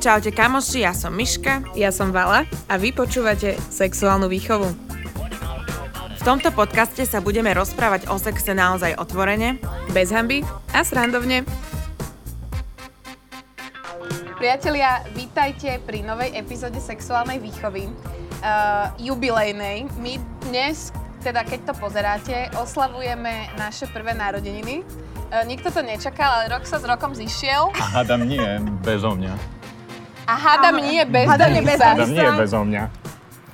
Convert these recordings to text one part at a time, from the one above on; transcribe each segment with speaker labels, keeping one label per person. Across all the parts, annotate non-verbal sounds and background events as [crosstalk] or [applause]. Speaker 1: Čaute kamoši, ja som Miška
Speaker 2: Ja som Vala a vy počúvate sexuálnu výchovu.
Speaker 1: V tomto podcaste sa budeme rozprávať o sexe naozaj otvorene.
Speaker 2: Bez hamby a srandovne.
Speaker 3: Priatelia, vítajte pri novej epizóde sexuálnej výchovy, uh, jubilejnej. My dnes, teda keď to pozeráte, oslavujeme naše prvé narodeniny. Uh, nikto to nečakal, ale rok sa s rokom zišiel.
Speaker 4: Hádam nie, bezo mňa.
Speaker 3: A hádam nie bez Denisa.
Speaker 4: Hádam nie, bezo mňa.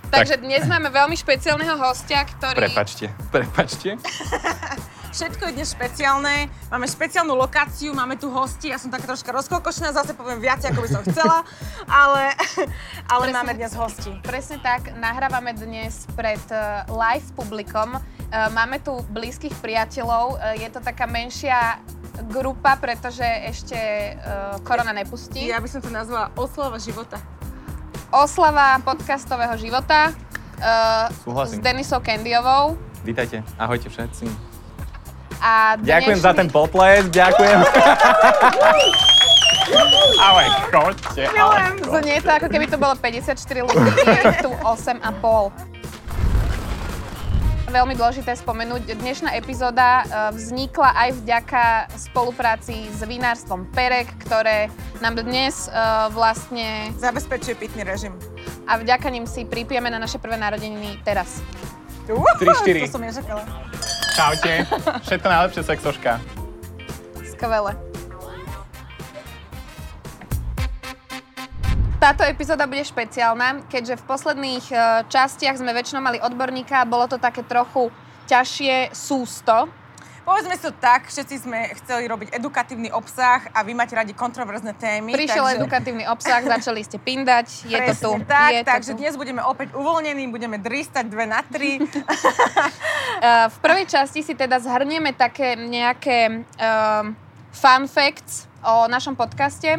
Speaker 3: Takže dnes máme veľmi špeciálneho hostia, ktorý...
Speaker 4: Prepačte, prepačte.
Speaker 5: Všetko je dnes špeciálne, máme špeciálnu lokáciu, máme tu hosti, ja som taká troška rozkokošná, zase poviem viac, ako by som chcela, ale, ale
Speaker 3: Presne.
Speaker 5: máme dnes hosti.
Speaker 3: Presne tak, nahrávame dnes pred eh, live publikom. Eh, Máme tu blízkych priateľov, Eh, je to taká menšia grupa, pretože ešte eh, korona nepustí.
Speaker 5: Ja by som to nazvala oslava života.
Speaker 3: Oslava podcastového života eh, s
Speaker 4: Súhlasím.
Speaker 3: Denisou Kendiovou.
Speaker 4: Vítajte, ahojte všetci.
Speaker 3: A dnešný...
Speaker 4: Ďakujem za ten potlesk, ďakujem. [laughs] ale chodte, ale chodte.
Speaker 3: Znie to, ako keby to bolo 54 ľudí, je ich tu 8,5. Veľmi dôležité spomenúť, dnešná epizóda eh, vznikla aj vďaka spolupráci s vinárstvom Perek, ktoré nám dnes eh, vlastne
Speaker 5: Zabezpečuje pitný režim.
Speaker 3: a vďaka nim si pripijeme na naše prvé narodeniny teraz.
Speaker 5: Uhu,
Speaker 4: 3-4.
Speaker 5: To som nečakala.
Speaker 4: Čaute, všetko najlepšie sexoška.
Speaker 3: Skvelé. Táto epizóda bude špeciálna, keďže v posledných e, častiach sme väčšinou mali odborníka a bolo to také trochu ťažšie sústo.
Speaker 5: Povedzme si to tak, všetci sme chceli robiť edukatívny obsah a vy máte radi kontroverzné témy.
Speaker 3: Prišiel edukatívny obsah, začali ste pindať, je to
Speaker 5: Presne
Speaker 3: tu.
Speaker 5: Tak,
Speaker 3: je to
Speaker 5: takže
Speaker 3: tu.
Speaker 5: dnes budeme opäť uvoľnení, budeme dristať dve na
Speaker 3: [laughs]
Speaker 5: tri.
Speaker 3: E, v prvej časti si teda zhrnieme také nejaké um, fun facts o našom podcaste, e,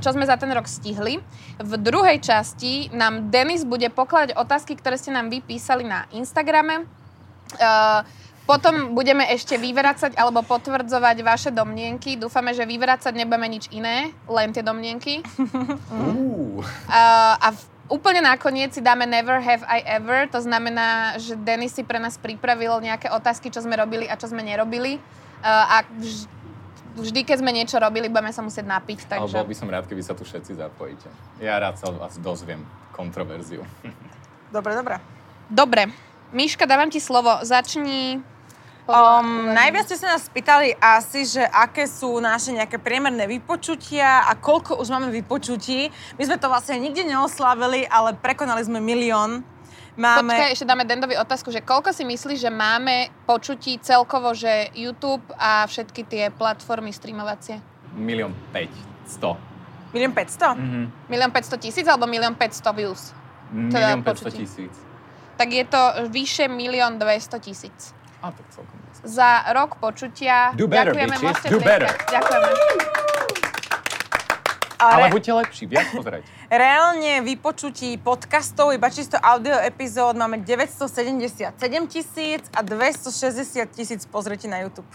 Speaker 3: čo sme za ten rok stihli. V druhej časti nám Denis bude pokladať otázky, ktoré ste nám vypísali na Instagrame. E, potom budeme ešte vyvracať alebo potvrdzovať vaše domnienky. Dúfame, že vyvracať nebudeme nič iné, len tie domnienky.
Speaker 4: Uú.
Speaker 3: Uh, a v, úplne nakoniec si dáme Never Have I Ever, to znamená, že Denis si pre nás pripravil nejaké otázky, čo sme robili a čo sme nerobili. Uh, a vž, vždy, keď sme niečo robili, budeme sa musieť napiť,
Speaker 4: Ale
Speaker 3: takže...
Speaker 4: bol by som rád, keby sa tu všetci zapojíte. Ja rád sa od vás dozviem kontroverziu.
Speaker 5: dobre, dobre.
Speaker 3: Dobre, Miška, dávam ti slovo, začni...
Speaker 5: Um, najviac ste sa nás pýtali asi, že aké sú naše nejaké priemerné vypočutia a koľko už máme vypočutí. My sme to vlastne nikde neoslavili, ale prekonali sme milión. Máme...
Speaker 3: Počkaj, ešte dáme Dendovi otázku, že koľko si myslíš, že máme počutí celkovo, že YouTube a všetky tie platformy streamovacie?
Speaker 4: Milión 5, 100.
Speaker 5: Milión 500?
Speaker 4: Mhm.
Speaker 3: 1 500 tisíc alebo 1 500 views?
Speaker 4: Milión
Speaker 3: počutí.
Speaker 4: 500 tisíc.
Speaker 3: Tak je to vyše 1 200 tisíc.
Speaker 4: A to celkom dosť.
Speaker 3: za rok počutia.
Speaker 4: Do better,
Speaker 3: Ďakujeme,
Speaker 4: bitches.
Speaker 3: môžete
Speaker 4: Do
Speaker 3: tlieskať.
Speaker 4: better.
Speaker 3: Ďakujeme.
Speaker 4: Ale
Speaker 5: Ale, ale
Speaker 4: buďte lepší, viac pozerajte.
Speaker 5: reálne vypočutí podcastov, iba čisto audio epizód, máme 977 tisíc a 260 tisíc pozretí na YouTube.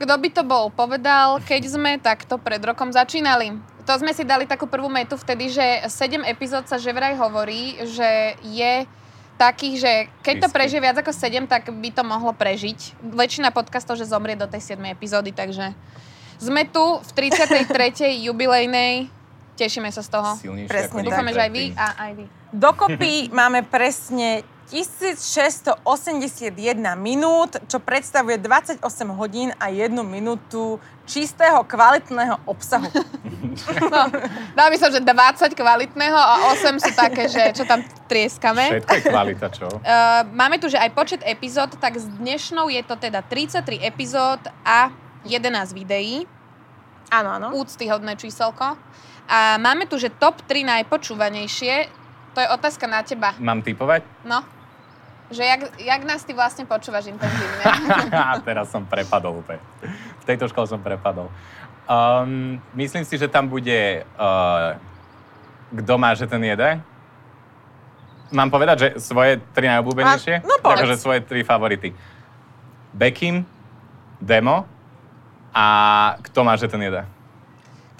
Speaker 3: Kto by to bol povedal, keď sme takto pred rokom začínali? To sme si dali takú prvú metu vtedy, že 7 epizód sa že vraj hovorí, že je takých, že keď to
Speaker 4: Risky.
Speaker 3: prežije viac ako 7, tak by to mohlo prežiť. Väčšina podcastov, že zomrie do tej 7 epizódy, takže sme tu
Speaker 4: [laughs]
Speaker 3: v 33. jubilejnej. Tešíme sa z toho.
Speaker 4: Silnejšie
Speaker 5: Presne
Speaker 4: ako
Speaker 5: tak.
Speaker 3: Dúfame, že aj vy a aj vy.
Speaker 5: [laughs] Dokopy máme presne 1681 minút, čo predstavuje 28 hodín a 1 minútu čistého, kvalitného [laughs] obsahu.
Speaker 3: Dá by som, že 20 kvalitného a 8 sú také, že čo tam trieskame.
Speaker 4: Všetko je kvalita, čo?
Speaker 3: Uh, máme tu, že aj počet epizód, tak s dnešnou je to teda 33 epizód a 11 videí.
Speaker 5: Áno, áno.
Speaker 3: Úctyhodné číselko. A máme tu, že top 3 najpočúvanejšie. To je otázka na teba.
Speaker 4: Mám typovať?
Speaker 3: No. Že jak, jak nás ty vlastne počúvaš
Speaker 4: [laughs]
Speaker 3: intenzívne?
Speaker 4: A teraz som prepadol úplne. V tejto škole som prepadol. Um, myslím si, že tam bude... Uh, kto má, že ten jede? Mám povedať, že svoje tri najobľúbenejšie?
Speaker 5: A- no povedz.
Speaker 4: Takže svoje tri favority. Bekim, Demo a kto má, že ten jede?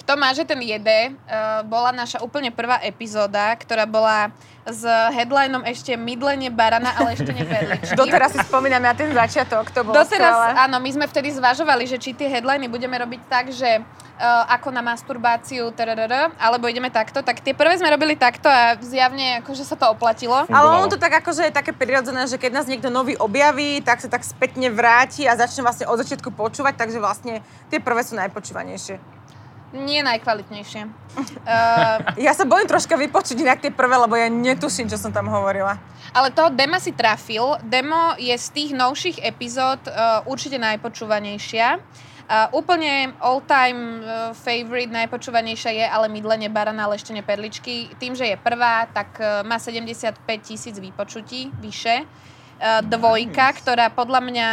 Speaker 3: to má, že ten jede uh, bola naša úplne prvá epizóda, ktorá bola s headlinom ešte mydlenie barana, ale ešte nie perličky.
Speaker 5: Doteraz si spomínam na ten začiatok, to bolo skvelé.
Speaker 3: Doteraz, áno, my sme vtedy zvažovali, že či tie headliny budeme robiť tak, že uh, ako na masturbáciu, trrr, alebo ideme takto, tak tie prvé sme robili takto a zjavne akože sa to oplatilo.
Speaker 5: Ale
Speaker 4: Wow.
Speaker 5: ono to tak akože je také prirodzené, že keď nás niekto nový objaví, tak sa tak spätne vráti a začne vlastne od začiatku počúvať, takže vlastne tie prvé sú
Speaker 4: [laughs]
Speaker 5: najpočúvanejšie.
Speaker 3: Nie najkvalitnejšie. Uh,
Speaker 5: Ja sa bojím troška vypočuť inak tie prvé, lebo ja netuším, čo som tam hovorila.
Speaker 3: ale toho Dema si trafil. Demo je z tých novších epizód uh, určite najpočúvanejšia. Uh, úplne all-time uh, favorite, najpočúvanejšia je ale mydlenie barana, ale ešte perličky. Tým, že je prvá, tak uh, má 75 tisíc výpočutí, vyše. Uh, dvojka, ktorá podľa mňa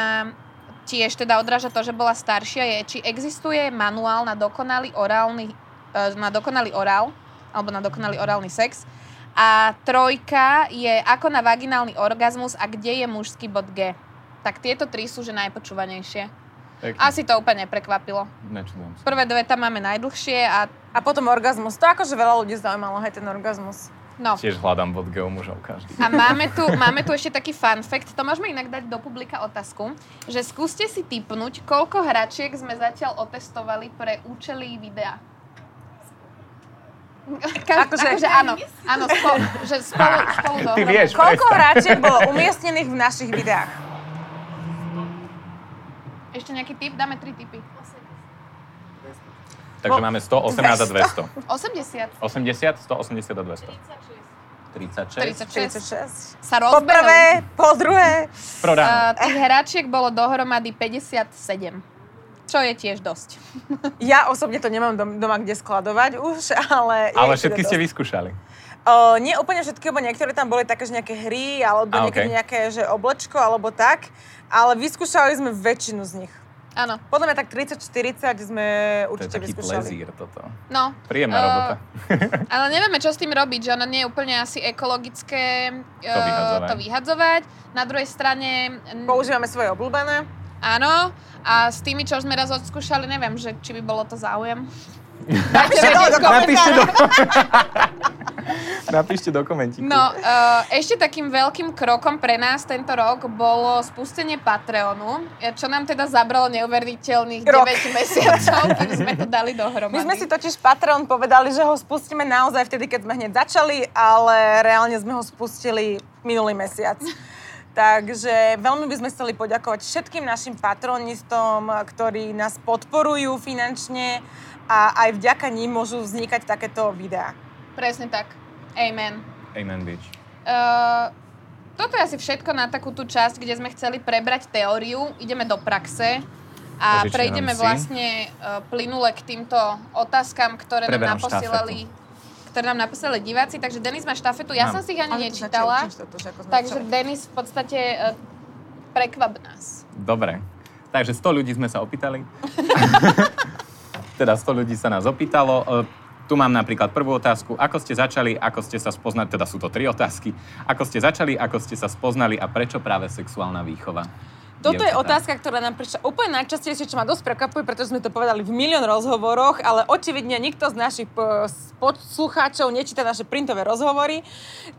Speaker 3: tiež teda odráža to, že bola staršia, je, či existuje manuál na dokonalý orálny, eh, na dokonalý orál, alebo na dokonalý orálny sex. A trojka je ako na vaginálny orgazmus a kde je mužský bod G. Tak tieto tri sú že najpočúvanejšie. Asi to úplne neprekvapilo.
Speaker 4: Nečudujem sa.
Speaker 3: Prvé dve tam máme najdlhšie a
Speaker 5: A potom orgazmus. To akože veľa ľudí zaujímalo, hej, ten orgazmus.
Speaker 3: no.
Speaker 4: Tiež hľadám bod geo mužov každý.
Speaker 3: A máme tu, máme tu ešte taký fun fact, to môžeme inak dať do publika otázku, že skúste si typnúť, koľko hračiek sme zatiaľ otestovali pre účely videa. Ka- akože,
Speaker 5: Akože-
Speaker 3: akože áno, áno spolu, že spolu, spolu
Speaker 4: Ty vieš,
Speaker 5: Koľko
Speaker 4: prestaň.
Speaker 5: hráčiek bolo umiestnených v našich videách?
Speaker 3: Ešte nejaký tip? Dáme tri tipy.
Speaker 4: Takže máme 118 a [laughs] 200.
Speaker 3: 80,
Speaker 4: 80, 180 a 200. 36.
Speaker 5: 46.
Speaker 3: 36. Sa
Speaker 5: Po
Speaker 3: rozbehli.
Speaker 5: prvé, po druhé.
Speaker 4: Prodáno.
Speaker 5: Eh,
Speaker 3: Uh, tých hračiek bolo dohromady 57. Čo je tiež dosť.
Speaker 5: Ja osobne to nemám dom- doma kde skladovať už, ale... je
Speaker 4: Ale
Speaker 5: ich
Speaker 4: všetky
Speaker 5: teda
Speaker 4: ste
Speaker 5: dosť.
Speaker 4: vyskúšali.
Speaker 5: O, nie úplne všetky, lebo niektoré tam boli také, že nejaké hry, alebo
Speaker 4: A,
Speaker 5: niekedy
Speaker 4: okej.
Speaker 5: nejaké, že oblečko, alebo tak. Ale vyskúšali sme väčšinu z nich.
Speaker 3: Áno,
Speaker 5: Podľa mňa tak 30-40 sme
Speaker 4: To je
Speaker 5: určite
Speaker 4: taký
Speaker 5: vyskúšali.
Speaker 4: plezír toto.
Speaker 3: no.
Speaker 4: Príjemná
Speaker 3: Eh,
Speaker 4: robota.
Speaker 3: Ale nevieme, čo s tým robiť, že ono nie je úplne asi ekologické e,
Speaker 4: vyhadzovať.
Speaker 3: to vyhadzovať. Na druhej strane... n-
Speaker 5: Používame svoje obľúbené.
Speaker 3: Áno. A s tými, čo sme raz odskúšali, neviem, že či by bolo to záujem.
Speaker 4: Napíšte do... Napíšte do komentíku.
Speaker 3: No, uh, ešte takým veľkým krokom pre nás tento rok bolo spustenie Patreonu, e, čo nám teda zabralo neuveriteľných
Speaker 5: Rok.
Speaker 3: 9 mesiacov, [laughs] kým sme to dali
Speaker 5: My
Speaker 3: dohromady.
Speaker 5: sme si totiž Patreon povedali, že ho spustíme naozaj vtedy, keď sme hneď začali, ale reálne sme ho spustili minulý mesiac. Takže veľmi by sme chceli poďakovať všetkým našim patronistom, ktorí nás podporujú finančne a aj vďaka ním môžu vznikať takéto videá.
Speaker 3: Presne tak. Amen.
Speaker 4: Amen, bitch.
Speaker 3: Uh, toto je asi všetko na takú tú časť, kde sme chceli prebrať teóriu. Ideme do praxe a
Speaker 4: Požičiam
Speaker 3: prejdeme
Speaker 4: si.
Speaker 3: vlastne uh, plynule k týmto otázkam, ktoré nám
Speaker 4: Preberám
Speaker 3: naposielali ktoré nám napísali diváci, takže Denis má štafetu, ja som
Speaker 4: Mám.
Speaker 3: si ich ani nečítala, takže Denis v podstate uh, prekvap nás.
Speaker 4: Dobre. Takže 100 ľudí sme
Speaker 5: [laughs]
Speaker 4: sa opýtali. teda 100 ľudí sa nás opýtalo. E, Tu mám napríklad prvú otázku. Ako ste začali, ako ste sa spoznali, teda sú to tri otázky. Ako ste začali, ako ste sa spoznali a prečo práve sexuálna výchova?
Speaker 5: Toto je
Speaker 4: Dievčatá.
Speaker 5: otázka, ktorá nám prišla úplne najčastejšie, čo ma dosť prekvapuje, pretože sme to povedali v milión rozhovoroch, ale očividne nikto z našich po- s- poslucháčov nečíta naše printové rozhovory.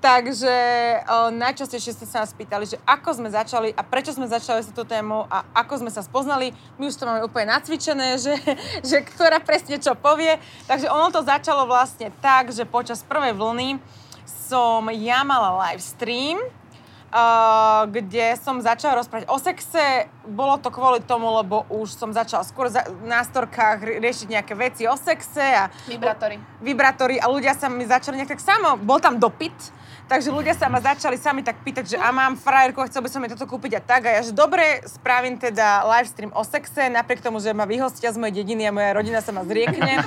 Speaker 5: Takže o, najčastejšie ste sa nás pýtali, že ako sme začali a prečo sme začali s touto témou a ako sme sa spoznali. My už to máme úplne nacvičené, [laughs] že, že ktorá presne čo povie. Takže ono to začalo vlastne tak, že počas prvej vlny som ja mala live stream Uh, kde som začala rozprávať o sexe. Bolo to kvôli tomu, lebo už som začala skôr za, na storkách rie- riešiť nejaké veci o sexe a
Speaker 3: Vibratory.
Speaker 5: vibrátory a ľudia sa mi začali nejak tak samo, bol tam dopyt, takže ľudia sa ma začali sami tak pýtať, že a mám frajerku, a chcel by som jej toto kúpiť a tak. A ja, že dobre, spravím teda live stream o sexe, napriek tomu, že ma vyhostia z mojej dediny a moja rodina sa ma zriekne,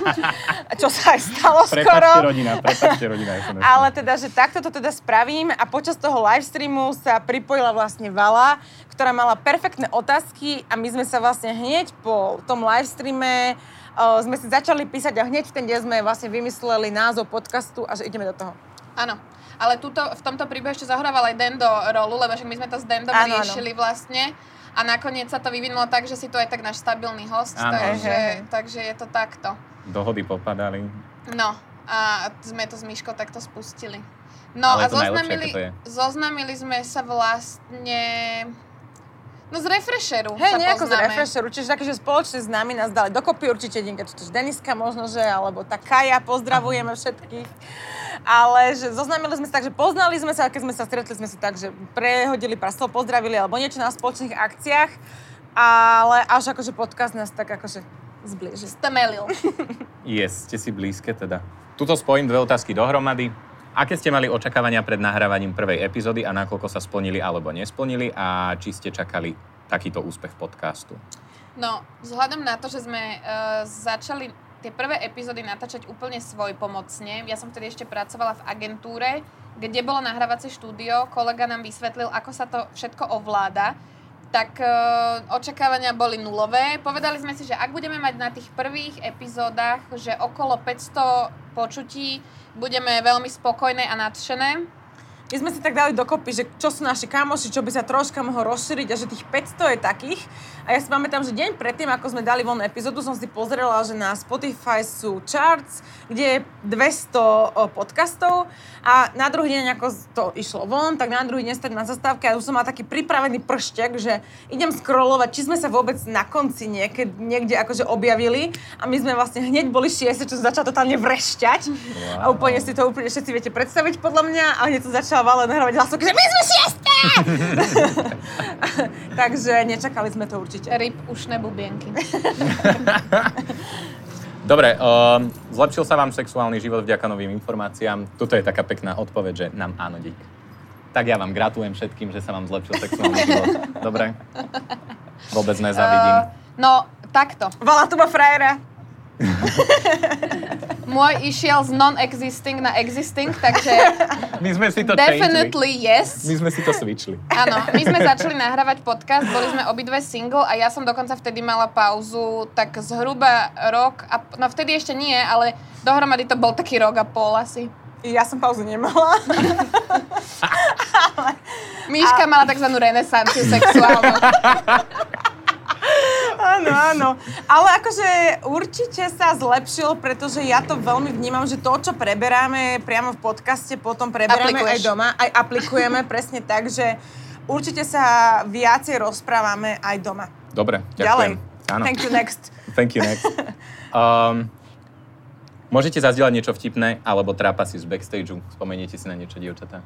Speaker 5: a čo sa aj stalo skoro.
Speaker 4: Prepačte rodina, prepačte rodina. ja som ešte-
Speaker 5: [laughs] Ale teda, že takto to teda spravím a počas toho live streamu sa pripojila vlastne Vala, ktorá mala perfektné otázky a my sme sa vlastne hneď po tom live streame uh, sme si začali písať a hneď v ten deň sme vlastne vymysleli názov podcastu a že ideme do toho.
Speaker 3: Áno. Ale tuto, v tomto príbehu ešte zahrával aj Dendo rolu, lebo však my sme to s Dendom
Speaker 5: Áno, áno.
Speaker 3: riešili vlastne. A nakoniec sa to vyvinulo tak, že si tu aj tak náš stabilný host,
Speaker 4: Áno.
Speaker 3: takže,
Speaker 5: Ehe.
Speaker 3: takže je to takto.
Speaker 4: dohody popadali.
Speaker 3: No a sme to s Myškou takto spustili. No a
Speaker 4: Ale je to najlepšie,
Speaker 3: zoznamili,
Speaker 4: ako to je.
Speaker 3: zoznamili sme sa vlastne... No z Refresheru
Speaker 5: Hej,
Speaker 3: sa
Speaker 5: nejako z
Speaker 3: poznáme.
Speaker 5: Refresheru, čiže také, že spoločne s nami nás dali dokopy určite jedinka, či to je Deniska možno, že, alebo tá Kaja, pozdravujeme všetkých. Ale že zoznamili sme sa tak, že poznali sme sa, a keď sme sa stretli, sme si tak, že prehodili pár slov, pozdravili alebo niečo na spoločných akciách, ale až akože podcast nás tak akože zblíži.
Speaker 3: Stemelil.
Speaker 4: Yes, ste si blízke teda. Tuto spojím dve otázky dohromady. Aké ste mali očakávania pred nahrávaním prvej epizódy a nakoľko sa splnili alebo nesplnili a či ste čakali takýto úspech podcastu?
Speaker 3: No, vzhľadom na to, že sme uh, začali tie prvé epizódy natáčať úplne svojpomocne, ja som vtedy ešte pracovala v agentúre, kde bolo nahrávacie štúdio, kolega nám vysvetlil, ako sa to všetko ovláda, tak uh, očakávania boli nulové. Povedali sme si, že ak budeme mať na tých prvých epizódach, že okolo 500 počutí, budeme veľmi spokojné a nadšené.
Speaker 5: My sme si tak dali dokopy, že čo sú naši kamoši, čo by sa troška mohlo rozšíriť a že tých 500 je takých. A ja si pamätám, že deň predtým, ako sme dali von epizódu, som si pozrela, že na Spotify sú charts, kde je 200 o, podcastov a na druhý deň, ako to išlo von, tak na druhý deň stať na zastávke a už som mala taký pripravený prštek, že idem scrollovať, či sme sa vôbec na konci niekedy, niekde akože objavili a my sme vlastne hneď boli šiesti, čo začalo totálne vrešťať a
Speaker 4: Wow.
Speaker 5: úplne si to úplne všetci viete predstaviť podľa mňa a hneď to začala Valen hravať hlasok, že my sme [laughs] šiesté! Takže nečakali sme to určite.
Speaker 3: Ryb, ušné bubienky.
Speaker 4: Dobre, um, zlepšil sa vám sexuálny život vďaka novým informáciám. Toto je taká pekná odpoveď, že nám áno, dík. Tak ja vám gratulujem všetkým, že sa vám zlepšil sexuálny život. Dobre? Vôbec
Speaker 3: Eh,
Speaker 4: nezavidím.
Speaker 3: no, takto.
Speaker 5: Vala tu má frajera.
Speaker 3: Môj išiel z non-existing na existing, takže
Speaker 4: My sme si to changeli.
Speaker 3: definitely yes.
Speaker 4: My sme si to switchli.
Speaker 3: Áno, my sme začali nahrávať podcast, boli sme obidve single a ja som dokonca vtedy mala pauzu tak zhruba rok a no vtedy ešte nie, ale dohromady to bol taký rok a pol asi.
Speaker 5: Ja som pauzu nemala.
Speaker 3: Míška mala tzv. renesanciu sexuálnu.
Speaker 5: [laughs] áno, áno. Ale akože určite sa zlepšilo, pretože ja to veľmi vnímam, že to, čo preberáme priamo v podcaste, potom preberáme
Speaker 3: Aplikuješ.
Speaker 5: aj doma, aj [laughs] aplikujeme presne tak, že určite sa viacej rozprávame aj doma.
Speaker 4: Dobre,
Speaker 5: Ďalej.
Speaker 4: ďakujem. Áno.
Speaker 5: Thank you, next.
Speaker 4: Thank you,
Speaker 3: [laughs]
Speaker 4: next. Um, môžete zazdieľať niečo vtipné alebo trápasy z backstageu. Spomeniete si na niečo, dievčatá.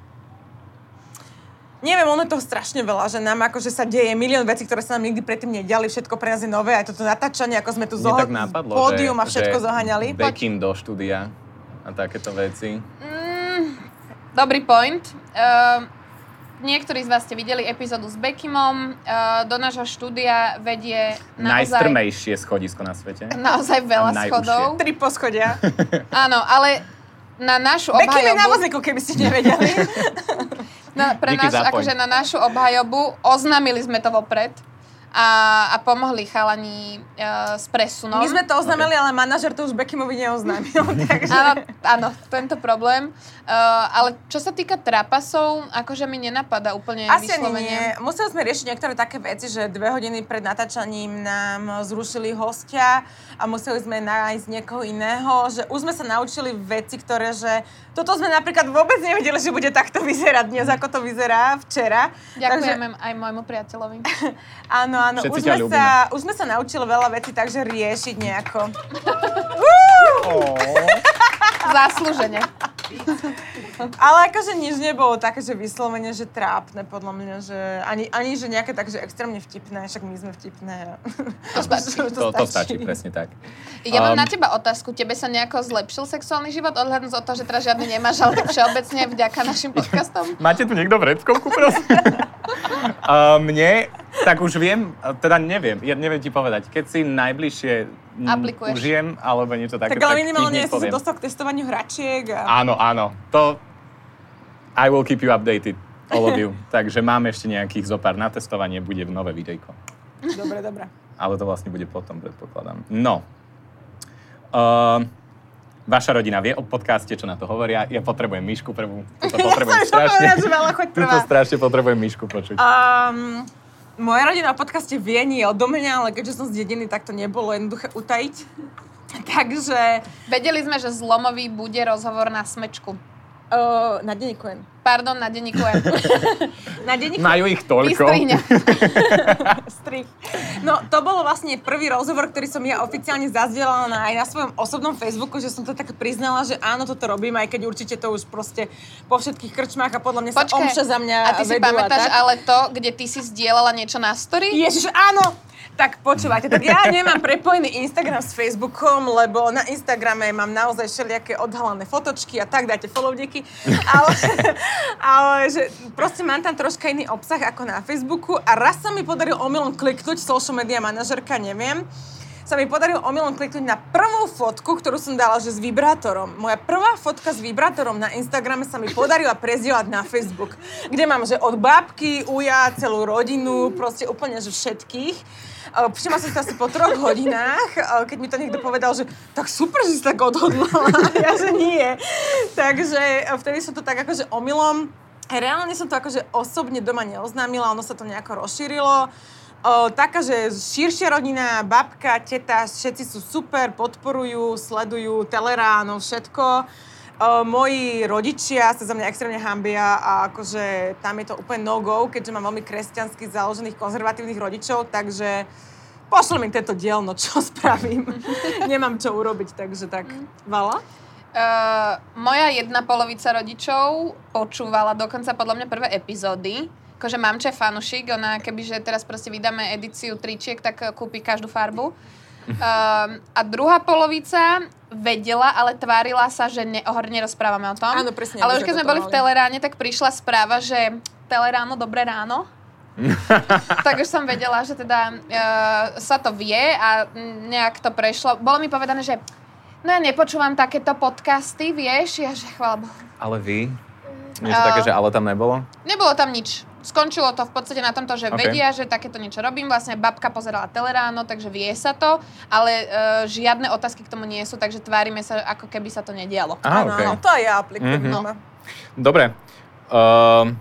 Speaker 5: Neviem, ono je toho strašne veľa, že nám akože sa deje milión vecí, ktoré sa nám nikdy predtým nediali, všetko pre nás je nové, aj toto natáčanie, ako sme tu
Speaker 4: Mne
Speaker 5: zoho-
Speaker 4: tak napadlo,
Speaker 5: pódium
Speaker 4: že,
Speaker 5: a všetko
Speaker 4: že
Speaker 5: zohaňali.
Speaker 4: Bekim do štúdia a takéto veci.
Speaker 3: Mm, dobrý point. Ehm, niektorí z vás ste videli epizódu s Bekimom. Ehm, do nášho štúdia vedie naozaj,
Speaker 4: Najstrmejšie schodisko na svete.
Speaker 3: naozaj veľa
Speaker 4: A najúžšie.
Speaker 3: schodov.
Speaker 5: Tri
Speaker 4: [laughs]
Speaker 5: poschodia.
Speaker 3: Áno, ale na našu
Speaker 5: Beky je
Speaker 3: obhajobu,
Speaker 5: návozníku, keby ste nevedeli.
Speaker 3: na, pre nás,
Speaker 4: Díky za point.
Speaker 3: akože na našu obhajobu oznámili sme to vopred a, a pomohli chalani uh, s presunom.
Speaker 5: My sme to oznámili, ale manažer to už Bekimovi neoznámil. [laughs] Takže...
Speaker 3: Áno, áno, tento problém. Uh, ale čo sa týka trapasov, akože mi nenapadá úplne
Speaker 5: Asi ani nie.
Speaker 3: vyslovene.
Speaker 5: Museli sme riešiť niektoré také veci, že dve hodiny pred natáčaním nám zrušili hostia a museli sme nájsť niekoho iného, že už sme sa naučili veci, ktoré, že toto sme napríklad vôbec nevedeli, že bude takto vyzerať dnes, ako to vyzerá včera.
Speaker 3: Ďakujeme aj môjmu priateľovi. [laughs]
Speaker 5: áno, áno,
Speaker 4: Všetci
Speaker 5: už
Speaker 4: ťa
Speaker 5: sme,
Speaker 4: ľúbime.
Speaker 5: sa, už sme sa naučili veľa vecí, takže riešiť nejako.
Speaker 3: Záslužene.
Speaker 5: Ale akože nič nebolo také, že vyslovene, že trápne, podľa mňa, že ani, ani že nejaké tak, že extrémne vtipné, však my sme vtipné.
Speaker 3: To stačí.
Speaker 5: Akože-
Speaker 4: To, to stačí, presne tak.
Speaker 3: Ja mám
Speaker 4: Um,
Speaker 3: na teba otázku. Tebe sa nejako zlepšil sexuálny život? Odhľadnúť od toho, že teraz žiadny nemáš, ale tak všeobecne vďaka našim
Speaker 4: [laughs]
Speaker 3: podcastom.
Speaker 4: Máte tu niekto vreckovku, prosím? [laughs] A mne, tak už viem, teda neviem, ja neviem ti povedať, keď si najbližšie mm,
Speaker 3: Aplikuješ.
Speaker 4: užijem alebo niečo také,
Speaker 5: Tak ale
Speaker 4: ich
Speaker 5: minimálne
Speaker 4: hneď
Speaker 5: si sa
Speaker 4: poviem.
Speaker 5: dostal k testovaniu hračiek a...
Speaker 4: Áno, áno, to I will keep you updated, all
Speaker 5: [laughs]
Speaker 4: of you. Takže mám ešte nejakých zopár na testovanie, bude v nové videjko.
Speaker 5: Dobre, dobre.
Speaker 4: Ale to vlastne bude potom, predpokladám. No. Ehm, vaša rodina vie o podcaste, čo na to hovoria. Ja potrebujem myšku prvú.
Speaker 5: [laughs]
Speaker 4: Toto potrebujem
Speaker 5: Chcem
Speaker 4: strašne. [laughs]
Speaker 5: povedať, že veľa choď
Speaker 4: Tuto
Speaker 5: prvá.
Speaker 4: strašne potrebujem myšku počuť.
Speaker 5: Um, moja rodina o podcaste vie nie odo mňa, ale keďže som z dediny, tak to nebolo jednoduché utajiť. [laughs] Takže
Speaker 3: Vedeli sme, že zlomový bude rozhovor na smečku.
Speaker 5: uh, na denníku N.
Speaker 3: Pardon, na denníku M.
Speaker 5: Na denníku
Speaker 4: Majú ich toľko.
Speaker 3: Vystrihne.
Speaker 5: strich. No to bolo vlastne prvý rozhovor, ktorý som ja oficiálne zazdielala na, aj na svojom osobnom Facebooku, že som to tak priznala, že áno, toto robím, aj keď určite to už proste po všetkých krčmách a podľa mňa sa
Speaker 3: Počkaj,
Speaker 5: omša za mňa
Speaker 3: a ty si
Speaker 5: vedú
Speaker 3: pamätáš
Speaker 5: tak.
Speaker 3: ale to, kde ty si zdieľala niečo na story?
Speaker 5: Ježiš, áno! Tak počúvajte, tak ja nemám prepojený Instagram s Facebookom, lebo na Instagrame mám naozaj všelijaké odhalené fotočky a tak, dajte followdíky, ale, ale že proste mám tam troška iný obsah ako na Facebooku a raz sa mi podaril omylom kliknúť, social media manažerka, neviem, sa mi podarilo omylom kliknúť na prvú fotku, ktorú som dala, že s vibrátorom. Moja prvá fotka s vibrátorom na Instagrame sa mi podarila prezdielať na Facebook, kde mám, že od babky, uja, celú rodinu, proste úplne, že všetkých. Eh, Všimla som si to asi po troch hodinách, eh, keď mi to niekto povedal, že tak super, že si tak odhodlala. [laughs] Ja, že nie. Takže eh, vtedy som to tak akože omylom Reálne som to akože osobne doma neoznámila, ono sa to nejako rozšírilo. O, taká, že širšia rodina, babka, teta, všetci sú super, podporujú, sledujú teleráno, všetko. O, moji rodičia sa za mňa extrémne hambia a akože tam je to úplne no-go, keďže mám veľmi kresťansky založených konzervatívnych rodičov, takže pošlem im tento diel, no čo spravím. Nemám čo urobiť, takže tak. Vala?
Speaker 3: Uh, moja jedna polovica rodičov počúvala dokonca podľa mňa prvé epizódy. Akože mamča je fanušik, ona kebyže teraz proste vydáme edíciu tričiek, tak eh, kúpi každú farbu. Uh, a druhá polovica vedela, ale tvárila sa, že neohrne rozprávame o tom.
Speaker 5: Áno, presne, my
Speaker 3: Ale už
Speaker 5: sme
Speaker 3: keď sme
Speaker 5: toto
Speaker 3: boli v
Speaker 5: mali.
Speaker 3: Teleráne, tak prišla správa, že Teleráno, dobré ráno. tak už som vedela, že teda e, sa to vie a nejak to prešlo. Bolo mi povedané, že no ja nepočúvam takéto podcasty, vieš, ja že chvála Bohu.
Speaker 4: Ale vy?
Speaker 5: Mm.
Speaker 4: Niečo také, že ale tam nebolo?
Speaker 3: Nebolo tam nič. Skončilo to v podstate na tomto, že
Speaker 4: Ok.
Speaker 3: vedia, že takéto niečo robím. Vlastne babka pozerala teleráno, takže vie sa to, ale e, žiadne otázky k tomu nie sú, takže tvárime sa, ako keby sa to nedialo.
Speaker 4: Aha,
Speaker 5: áno,
Speaker 4: okej.
Speaker 5: áno, to aj ja aplikujem
Speaker 4: Mhm.
Speaker 5: doma.
Speaker 4: Dobre. Ehm,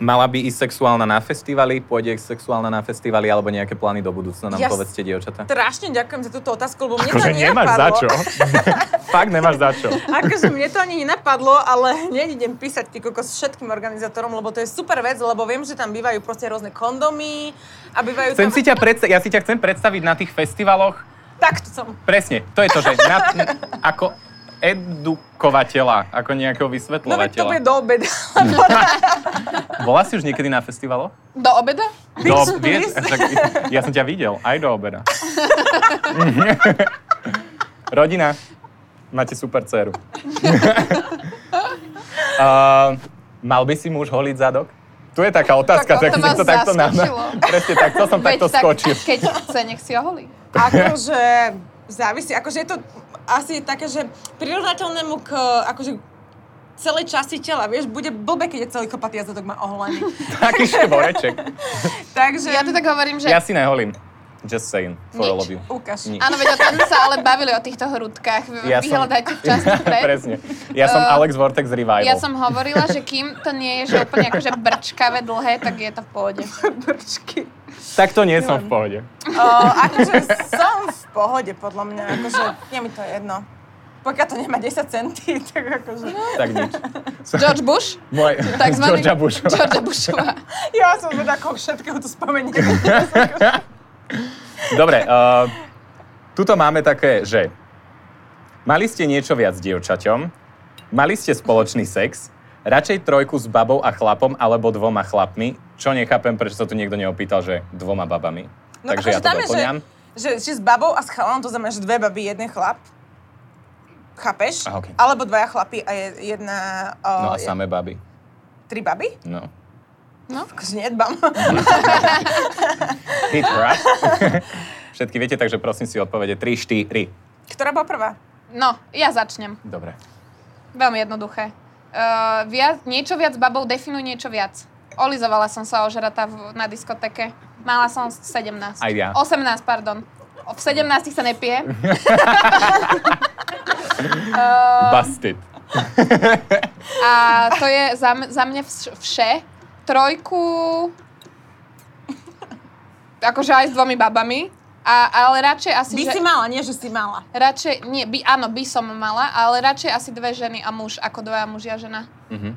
Speaker 4: mala by ísť sexuálna na festivaly? Pôjde sexuálna na festivaly alebo nejaké plány do budúcna? Nám
Speaker 5: Ja s-
Speaker 4: povedzte, dievčatá.
Speaker 5: Strašne ďakujem za túto otázku, lebo mne to
Speaker 4: Akože nemáš
Speaker 5: [laughs]
Speaker 4: za
Speaker 5: nenapadlo.
Speaker 4: čo. Fakt nemáš za čo.
Speaker 5: Akože mne to ani nenapadlo, ale hneď idem písať ty kokos všetkým organizátorom, lebo to je super vec, lebo viem, že tam bývajú proste rôzne kondomy a bývajú
Speaker 4: Chcem
Speaker 5: tam...
Speaker 4: si ťa predsta- ja si ťa chcem predstaviť na tých festivaloch.
Speaker 5: Takto som.
Speaker 4: Presne, to je to, že na, ako edukovateľa, ako
Speaker 5: No veď to
Speaker 4: nejakého
Speaker 5: bude
Speaker 4: vysvetľovateľa.
Speaker 5: do obeda. [laughs]
Speaker 4: Bola si už niekedy na festivaloch?
Speaker 3: Do obeda?
Speaker 4: Do,
Speaker 5: please.
Speaker 4: No, vieš, však, ja som ťa videl, aj do obeda. [laughs] Rodina, máte super
Speaker 3: [laughs]
Speaker 4: dceru. uh, mal by si muž holiť zadok? Tu je taká
Speaker 3: Tak
Speaker 4: otázka, tak,
Speaker 3: to
Speaker 4: som to
Speaker 3: vás
Speaker 4: takto na...
Speaker 3: zaskočilo.
Speaker 4: [laughs] Presne No tak, to som takto skočil.
Speaker 3: [laughs] keď chce, nech si ho holí.
Speaker 5: akože závisí, akože je to asi také, že prirovnateľnému k akože celej časti tela, vieš, bude blbé, keď je celý kopatý a zadok má
Speaker 3: [laughs]
Speaker 5: oholený.
Speaker 4: Taký škvoreček.
Speaker 5: Takže...
Speaker 3: Ja to tak hovorím, že...
Speaker 4: Ja si neholím. Just saying, for
Speaker 3: Nič.
Speaker 4: all of you. [laughs]
Speaker 5: Ukáž.
Speaker 4: Nič.
Speaker 3: Áno, veď o tom sa ale bavili o týchto hrudkách. Ja
Speaker 4: Ja som-
Speaker 3: Vyhľadajte som...
Speaker 4: [laughs]
Speaker 3: včas pred.
Speaker 4: Presne. Ja som
Speaker 3: Eh,
Speaker 4: Alex Vortex Revival.
Speaker 3: Ja som hovorila, že kým to nie je že úplne akože brčkavé dlhé, tak je to v pohode.
Speaker 5: Brčky.
Speaker 4: Takto nie som v pohode.
Speaker 5: O, akože som v pohode, podľa mňa. Akože, je mi to jedno. Pokiaľ to nemá 10 centí, [laughs] tak akože...
Speaker 4: Tak nič.
Speaker 3: George Bush?
Speaker 4: Môj, [laughs]
Speaker 3: Takzvaný
Speaker 4: Georgia Bushova.
Speaker 3: Georgia Bushová.
Speaker 5: Ja som teda ako všetkého tu
Speaker 4: [laughs]
Speaker 5: spomeniem.
Speaker 4: Dobre, uh, tuto máme také, že mali ste niečo viac s dievčaťom, mali ste spoločný sex, radšej trojku s babou a chlapom alebo dvoma chlapmi, čo nechápem, prečo sa tu niekto neopýtal, že dvoma babami.
Speaker 5: No, akože
Speaker 4: Takže ja to
Speaker 5: tam je, že,
Speaker 4: doplňam.
Speaker 5: že, že s babou a s chalanom, to znamená, že dve baby, jeden chlap. Chápeš?
Speaker 4: Aha, okej.
Speaker 5: Alebo dvaja chlapi a je- jedna... O,
Speaker 4: No
Speaker 5: Oh,
Speaker 4: a
Speaker 5: je-
Speaker 4: samé baby.
Speaker 5: Tri baby?
Speaker 4: No.
Speaker 5: Akože nedbám. [laughs]
Speaker 4: Hit, right? [laughs] Všetky viete, takže prosím si odpovede 3, 4.
Speaker 5: Ktorá bola prvá?
Speaker 3: No, ja začnem.
Speaker 4: Dobre.
Speaker 3: Veľmi jednoduché. Uh, viac, niečo viac s babou definuj niečo viac. Olizovala som sa ožratá v, na diskoteke. Mala som 17.
Speaker 4: Aj ja.
Speaker 3: 18, pardon. O- V 17 sa nepije.
Speaker 5: Um.
Speaker 4: Busted.
Speaker 3: A to je za, m- za mňa vš- vše. Trojku... Akože aj s dvomi babami. A, ale radšej asi,
Speaker 5: By
Speaker 3: že...
Speaker 5: si mala, nie že si mala.
Speaker 3: Radšej, nie, by, áno, by som mala, ale radšej asi dve ženy a muž, ako dvaja muži a žena.
Speaker 4: Mhm.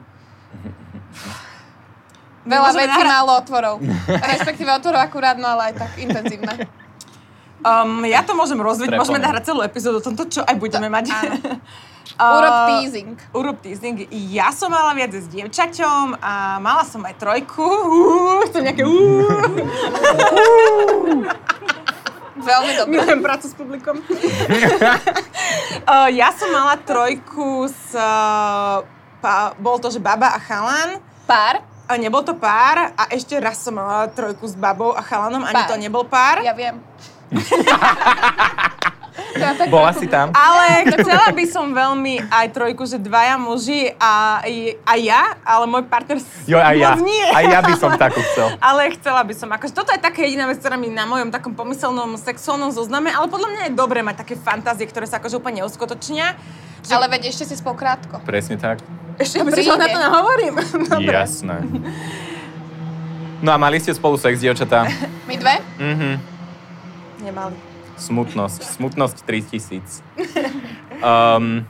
Speaker 3: Veľa
Speaker 5: môžeme
Speaker 3: vecí,
Speaker 5: nahra-
Speaker 3: málo
Speaker 5: [laughs]
Speaker 3: otvorov. Respektíve otvorov akurát, no ale aj tak intenzívne.
Speaker 5: Um, ja to môžem rozviť,
Speaker 4: Prepomenu.
Speaker 5: môžeme nahrať celú epizódu o tomto, čo aj budeme mať.
Speaker 3: áno.
Speaker 5: [laughs] Uh,
Speaker 3: Urob teasing.
Speaker 5: Urob teasing. Ja som mala viac s dievčaťom a mala som aj trojku. Uú, chcem nejaké uú.
Speaker 4: [laughs]
Speaker 3: Veľmi dobrý.
Speaker 5: Milujem prácu s
Speaker 3: [laughs]
Speaker 5: publikom. uh, ja som mala trojku s... Uh, pa, bol to, že baba a chalan.
Speaker 3: Pár,
Speaker 5: A nebol to pár a ešte raz som mala trojku s babou a chalanom, ani
Speaker 3: Pár.
Speaker 5: to nebol pár.
Speaker 3: ja
Speaker 5: [laughs]
Speaker 3: viem. To ja tak
Speaker 4: Bola
Speaker 3: trochu-
Speaker 4: si tam?
Speaker 5: Ale chcela by som veľmi aj trojku, že dvaja muži a, a ja, ale môj partner s-
Speaker 4: Jo, aj ja.
Speaker 5: moc nie.
Speaker 4: Aj ja by som takú chcel.
Speaker 5: [laughs] Ale chcela by som, akože toto je taká jediná vec, ktorá mi na mojom takom pomyselnom sexuálnom zozname, ale podľa mňa je dobré mať také fantázie, ktoré sa akože úplne neuskutočnia. Že
Speaker 3: Ale veď ešte si spol krátko.
Speaker 4: Presne tak.
Speaker 5: ešte aby si na to
Speaker 3: príde.
Speaker 4: [laughs]
Speaker 5: nahovorím. Dobre.
Speaker 4: Jasné. No a mali ste spolu sex, dievčatá?
Speaker 3: My dve?
Speaker 4: Mhm.
Speaker 5: Nemali.
Speaker 4: Smutnosť. Smutnosť 3000. Um,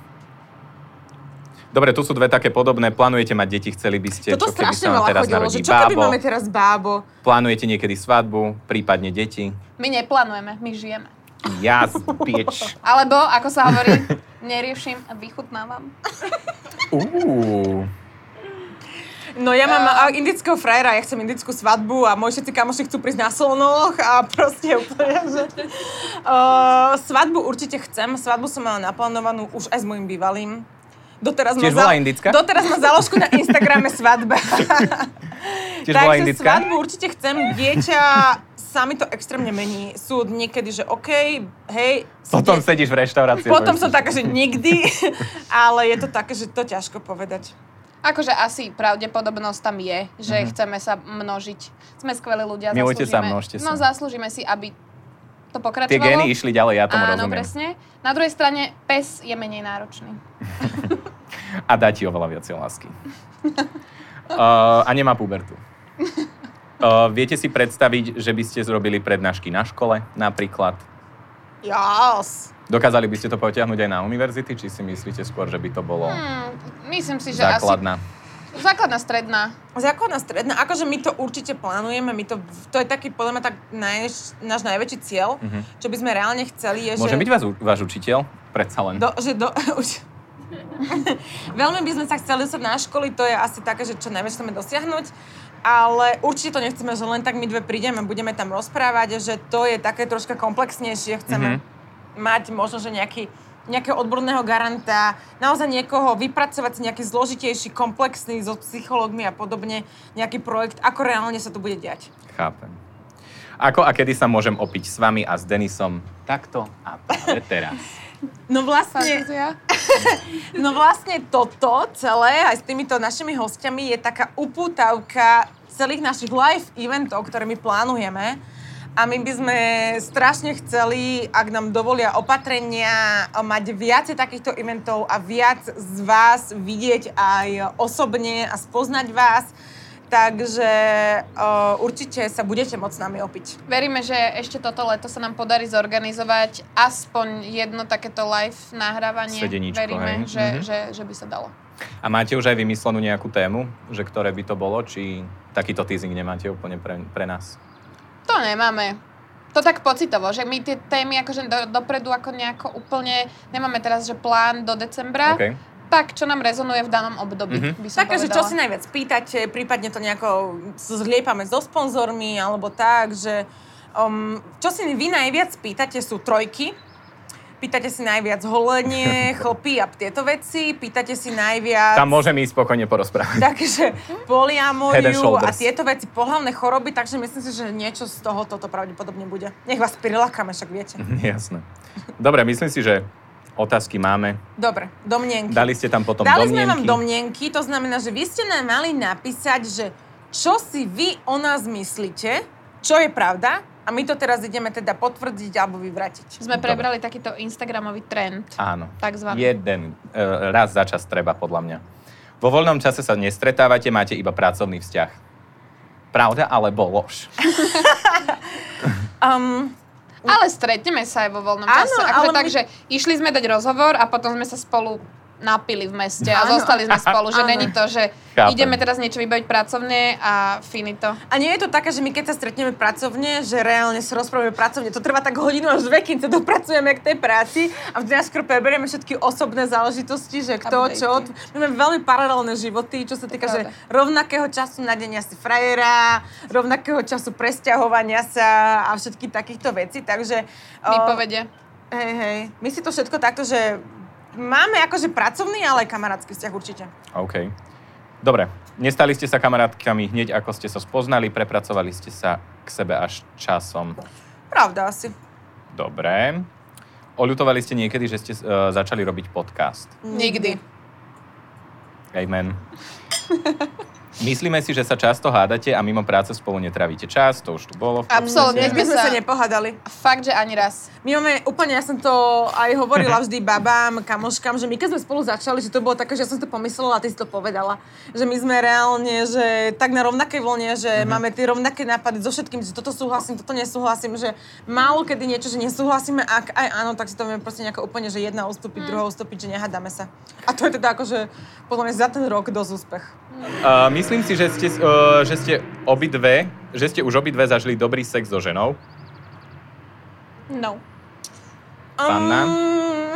Speaker 4: dobre, tu sú dve také podobné. Plánujete mať deti, chceli by ste,
Speaker 5: Toto
Speaker 4: čo keby
Speaker 5: strašne
Speaker 4: sa vám
Speaker 5: veľa
Speaker 4: teraz
Speaker 5: chodilo,
Speaker 4: narodí
Speaker 5: že čo keby
Speaker 4: bábo.
Speaker 5: máme teraz bábo?
Speaker 4: Plánujete niekedy svadbu, prípadne deti.
Speaker 3: My neplánujeme, my žijeme.
Speaker 4: Jas, bitch.
Speaker 3: Alebo, ako sa
Speaker 4: [laughs]
Speaker 3: hovorí, neriešim, vychutnávam.
Speaker 4: Uú.
Speaker 5: No ja mám a, indického frajera, ja chcem indickú svadbu a moji všetci kamoši chcú prísť na slonoch a [laughs] proste úplne, že... [laughs] Uh, svadbu určite chcem, svadbu som mala naplánovanú už aj s mojim bývalým. Doteraz
Speaker 4: Tiež
Speaker 5: má
Speaker 4: bola indická?
Speaker 5: Doteraz má záložku na Instagrame svadba.
Speaker 4: [laughs]
Speaker 5: [laughs]
Speaker 4: Tiež bola
Speaker 5: Takže
Speaker 4: indická?
Speaker 5: svadbu určite chcem, dieťa sa mi to extrémne mení. Sú niekedy, že OK, hej,
Speaker 4: Potom sedíš v reštaurácii.
Speaker 5: potom
Speaker 4: bojíš
Speaker 5: som
Speaker 4: sa.
Speaker 5: taká, že
Speaker 4: [laughs]
Speaker 5: nikdy, ale je to také, že to ťažko povedať.
Speaker 3: Akože asi pravdepodobnosť tam je, že mm-hmm. chceme sa množiť. Sme skvelí ľudia,
Speaker 4: Mhm. Milujte sa,
Speaker 3: zaslúžime-
Speaker 4: množte sa.
Speaker 3: No zaslúžime si, aby to pokračovalo.
Speaker 4: Tie gény išli ďalej, ja tomu
Speaker 3: Áno,
Speaker 4: rozumiem.
Speaker 3: presne. Na druhej strane, pes je menej náročný.
Speaker 4: A dá ti oveľa viacej lásky. Uh, a nemá pubertu. Uh, viete si predstaviť, že by ste zrobili prednášky na škole napríklad?
Speaker 5: Jas.
Speaker 4: Dokázali by ste to potiahnuť aj na univerzity, či si myslíte skôr, že by to bolo
Speaker 3: Hmm, myslím si, že
Speaker 4: základná?
Speaker 3: asi... Základná stredná.
Speaker 5: Základná stredná, akože my to určite plánujeme, my to, to je taký, podľa mňa, tak naj, náš najväčší cieľ,
Speaker 4: Mhm.
Speaker 5: čo by sme reálne chceli, je,
Speaker 4: Môže
Speaker 5: že...
Speaker 4: byť vás, váš učiteľ? Predsa len.
Speaker 5: Do, že do, [laughs] už. Veľmi by sme sa chceli dostať na školy, to je asi také, že čo najviac chceme dosiahnuť, ale určite to nechceme, že len tak my dve prídeme a budeme tam rozprávať, že to je také troška komplexnejšie, chceme
Speaker 4: Mhm.
Speaker 5: mať možno, že nejaký nejakého odborného garanta, naozaj niekoho vypracovať si nejaký zložitejší, komplexný so psychológmi a podobne, nejaký projekt, ako reálne sa to bude diať.
Speaker 4: Chápem. Ako a kedy sa môžem opiť s vami a s Denisom? Takto a práve teraz.
Speaker 5: No vlastne,
Speaker 3: Fantázia.
Speaker 5: No vlastne toto celé aj s týmito našimi hostiami je taká upútavka celých našich live eventov, ktoré my plánujeme. A my by sme strašne chceli, ak nám dovolia opatrenia, mať viacej takýchto eventov a viac z vás vidieť aj osobne a spoznať vás. Takže uh, určite sa budete môcť s nami opiť.
Speaker 3: Veríme, že ešte toto leto sa nám podarí zorganizovať aspoň jedno takéto live nahrávanie.
Speaker 4: Sedeničko,
Speaker 3: Veríme,
Speaker 4: hej.
Speaker 3: že,
Speaker 4: Mhm.
Speaker 3: že, že by sa dalo.
Speaker 4: A máte už aj vymyslenú nejakú tému, že ktoré by to bolo, či takýto teasing nemáte úplne pre, pre nás?
Speaker 3: To nemáme. To tak pocitovo, že my tie témy akože do, dopredu ako nejako úplne, nemáme teraz, že plán do decembra,
Speaker 4: OK.
Speaker 3: tak čo nám rezonuje v danom období,
Speaker 4: Mhm.
Speaker 3: by som
Speaker 5: Také, že
Speaker 3: povedala.
Speaker 5: čo si najviac pýtate, prípadne to nejako zliepame so sponzormi alebo tak, že um, čo si vy najviac pýtate sú trojky, pýtate si najviac
Speaker 4: [laughs]
Speaker 5: holenie, chlpy a tieto veci, pýtate si najviac...
Speaker 4: Tam môžem ísť spokojne porozprávať. [laughs]
Speaker 5: Takže
Speaker 4: Head and
Speaker 5: poliamoriu
Speaker 4: shoulders.
Speaker 5: a tieto veci, pohlavné choroby, takže myslím si, že niečo z toho toto pravdepodobne bude. Nech vás prilakáme, však viete.
Speaker 4: Mhm. Jasné. Dobre, myslím si, že otázky máme.
Speaker 5: Dobre, domnenky.
Speaker 4: Dali ste tam potom
Speaker 5: Dali
Speaker 4: domnienky.
Speaker 5: sme vám domnenky, to znamená, že vy ste nám mali napísať, že čo si vy o nás myslíte, čo je pravda a my to teraz ideme teda potvrdiť alebo vyvratiť.
Speaker 3: Sme
Speaker 4: Dobre.
Speaker 3: prebrali takýto Instagramový trend.
Speaker 4: Áno.
Speaker 3: Takzvaný.
Speaker 4: Jeden. e, Raz za čas treba, podľa mňa. Vo voľnom čase sa nestretávate, máte iba pracovný vzťah. Pravda alebo lož?
Speaker 5: Um,
Speaker 3: Ale stretneme sa aj vo voľnom
Speaker 5: Áno,
Speaker 3: čase. Akože
Speaker 5: ale my-
Speaker 3: tak, že išli sme dať rozhovor a potom sme sa spolu napili v meste a zostali sme spolu,
Speaker 5: [laughs]
Speaker 3: že
Speaker 5: Áno.
Speaker 3: není to, že
Speaker 4: Chápem.
Speaker 3: ideme teraz niečo vybaviť pracovne a finito.
Speaker 5: A nie je to také, že my keď sa stretneme pracovne, že reálne sa rozprávame pracovne, to trvá tak hodinu až dve, kým sa dopracujeme k tej práci a vždy nás skôr preberieme všetky osobné záležitosti, že kto,
Speaker 3: Updatey.
Speaker 5: čo. My máme veľmi paralelné životy, čo sa týka, že
Speaker 3: pravda.
Speaker 5: rovnakého času na deň asi frajera, rovnakého času presťahovania sa a všetky takýchto vecí, takže... o,
Speaker 3: Výpovede.
Speaker 5: Hej, hej. My si to všetko takto, že máme akože pracovný, ale aj kamarátsky vzťah určite.
Speaker 4: OK. Dobre, nestali ste sa kamarátkami hneď, ako ste sa spoznali, prepracovali ste sa k sebe až časom.
Speaker 5: Pravda asi.
Speaker 4: Dobre. Oľutovali ste niekedy, že ste uh, začali robiť podcast.
Speaker 3: Nikdy.
Speaker 4: Amen. Myslíme si, že sa často hádate a mimo práce spolu netravíte čas, to už tu bolo. v podstate.
Speaker 3: Absolútne.
Speaker 5: Nikdy
Speaker 3: Nikdy
Speaker 5: sme sa
Speaker 3: sa-
Speaker 5: nepohádali.
Speaker 3: Fakt, že ani raz.
Speaker 5: My máme úplne, ja som to aj hovorila vždy babám, kamoškám, že my keď sme spolu začali, že to bolo také, že ja som si to pomyslela a ty si to povedala. Že my sme reálne, že tak na rovnakej vlne, že mm-hmm. máme tie rovnaké nápady so všetkým, že toto súhlasím, toto nesúhlasím, že málo kedy niečo, že nesúhlasíme, ak aj áno, tak si to vieme proste nejako úplne, že jedna ustúpiť, mm. druhá ustúpiť, že nehadáme sa. A to je teda akože podľa mňa za ten rok dosť úspech.
Speaker 4: Uh, myslím si, že ste, uh, že ste obidve, že ste už obidve zažili dobrý sex so ženou.
Speaker 3: No.
Speaker 4: Panna?
Speaker 5: Mm,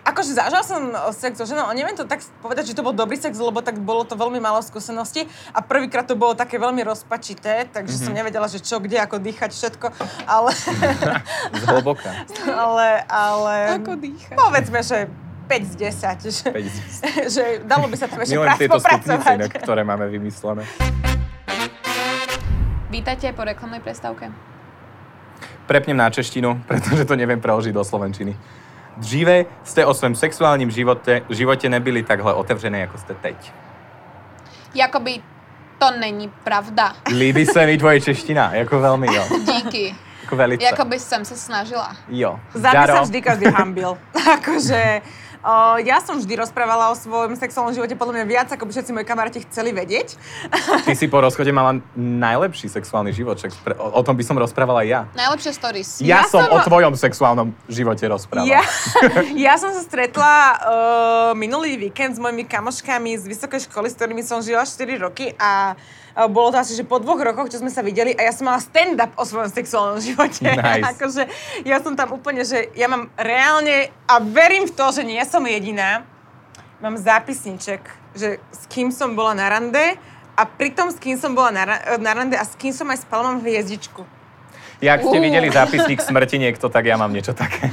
Speaker 5: akože zažila som o, sex so ženou, ale neviem to tak povedať, že to bol dobrý sex, lebo tak bolo to veľmi málo skúseností a prvýkrát to bolo také veľmi rozpačité, takže mm-hmm. som
Speaker 4: Mhm.
Speaker 5: nevedela, že čo, kde, ako dýchať, všetko, ale,
Speaker 4: Zhlboka. [laughs]
Speaker 5: ale, ale
Speaker 2: Ako dýcha.
Speaker 5: povedzme, že 5 z 10, že, že dalo by sa tam ešte
Speaker 4: Milujem
Speaker 5: prác
Speaker 4: tieto stupnice,
Speaker 5: popracovať.
Speaker 4: inak, ktoré máme vymyslené.
Speaker 3: Vítajte po reklamnej prestávke.
Speaker 4: Prepnem na češtinu, pretože to neviem preložiť do slovenčiny. Dříve ste o svém sexuálním živote, živote nebyli takhle otevřené, ako ste teď.
Speaker 3: Jakoby to není pravda.
Speaker 4: Líbí sa mi tvoje čeština, ako veľmi jo.
Speaker 3: Díky.
Speaker 4: Ako velice.
Speaker 3: Jakoby som sa snažila.
Speaker 4: Jo.
Speaker 5: Za to sa
Speaker 4: Daro.
Speaker 5: vždy každý hambil.
Speaker 4: [laughs]
Speaker 5: akože, o, ja som vždy rozprávala o svojom sexuálnom živote podľa mňa viac, ako by všetci moji kamaráti chceli vedieť.
Speaker 4: Ty si po rozchode mala najlepší sexuálny život, však pre, o, o tom by som rozprávala ja.
Speaker 3: Najlepšie stories.
Speaker 4: Ja,
Speaker 5: Ja
Speaker 4: som
Speaker 5: som
Speaker 4: o
Speaker 5: ma-
Speaker 4: tvojom sexuálnom živote rozprávala.
Speaker 5: Ja, [laughs] ja som sa stretla uh, minulý víkend s mojimi kamoškami z vysokej školy, s ktorými som žila 4 roky a uh, bolo to asi, že po dvoch rokoch, čo sme sa videli a ja som mala stand-up o svojom sexuálnom [laughs] živote.
Speaker 4: Nice.
Speaker 5: akože ja som tam úplne, že ja mám reálne a verím v to, že nie som jediná, mám zápisniček, že s kým som bola na rande a pritom s kým som bola na, ra- na rande a s kým som aj spala, mám hviezdičku.
Speaker 4: Jak ste
Speaker 3: Uh.
Speaker 4: videli zápisník smrti niekto, tak ja mám niečo také.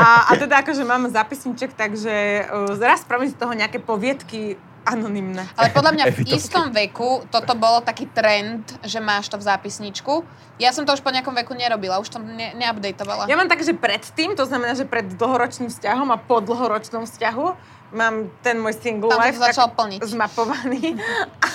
Speaker 5: A, a teda akože mám zápisníček, takže uh, raz spravím z toho nejaké poviedky anonymné.
Speaker 3: Ale podľa mňa v
Speaker 4: Evitovky.
Speaker 3: istom veku toto bolo taký trend, že máš to v zápisničku. Ja som to už po nejakom veku nerobila, už to ne- neupdateovala.
Speaker 5: Ja mám tak, že pred tým, to znamená, že pred dlhoročným vzťahom a po dlhoročnom vzťahu mám ten môj single
Speaker 3: Tam to
Speaker 5: life tak
Speaker 3: začal plniť.
Speaker 5: zmapovaný. [laughs] A,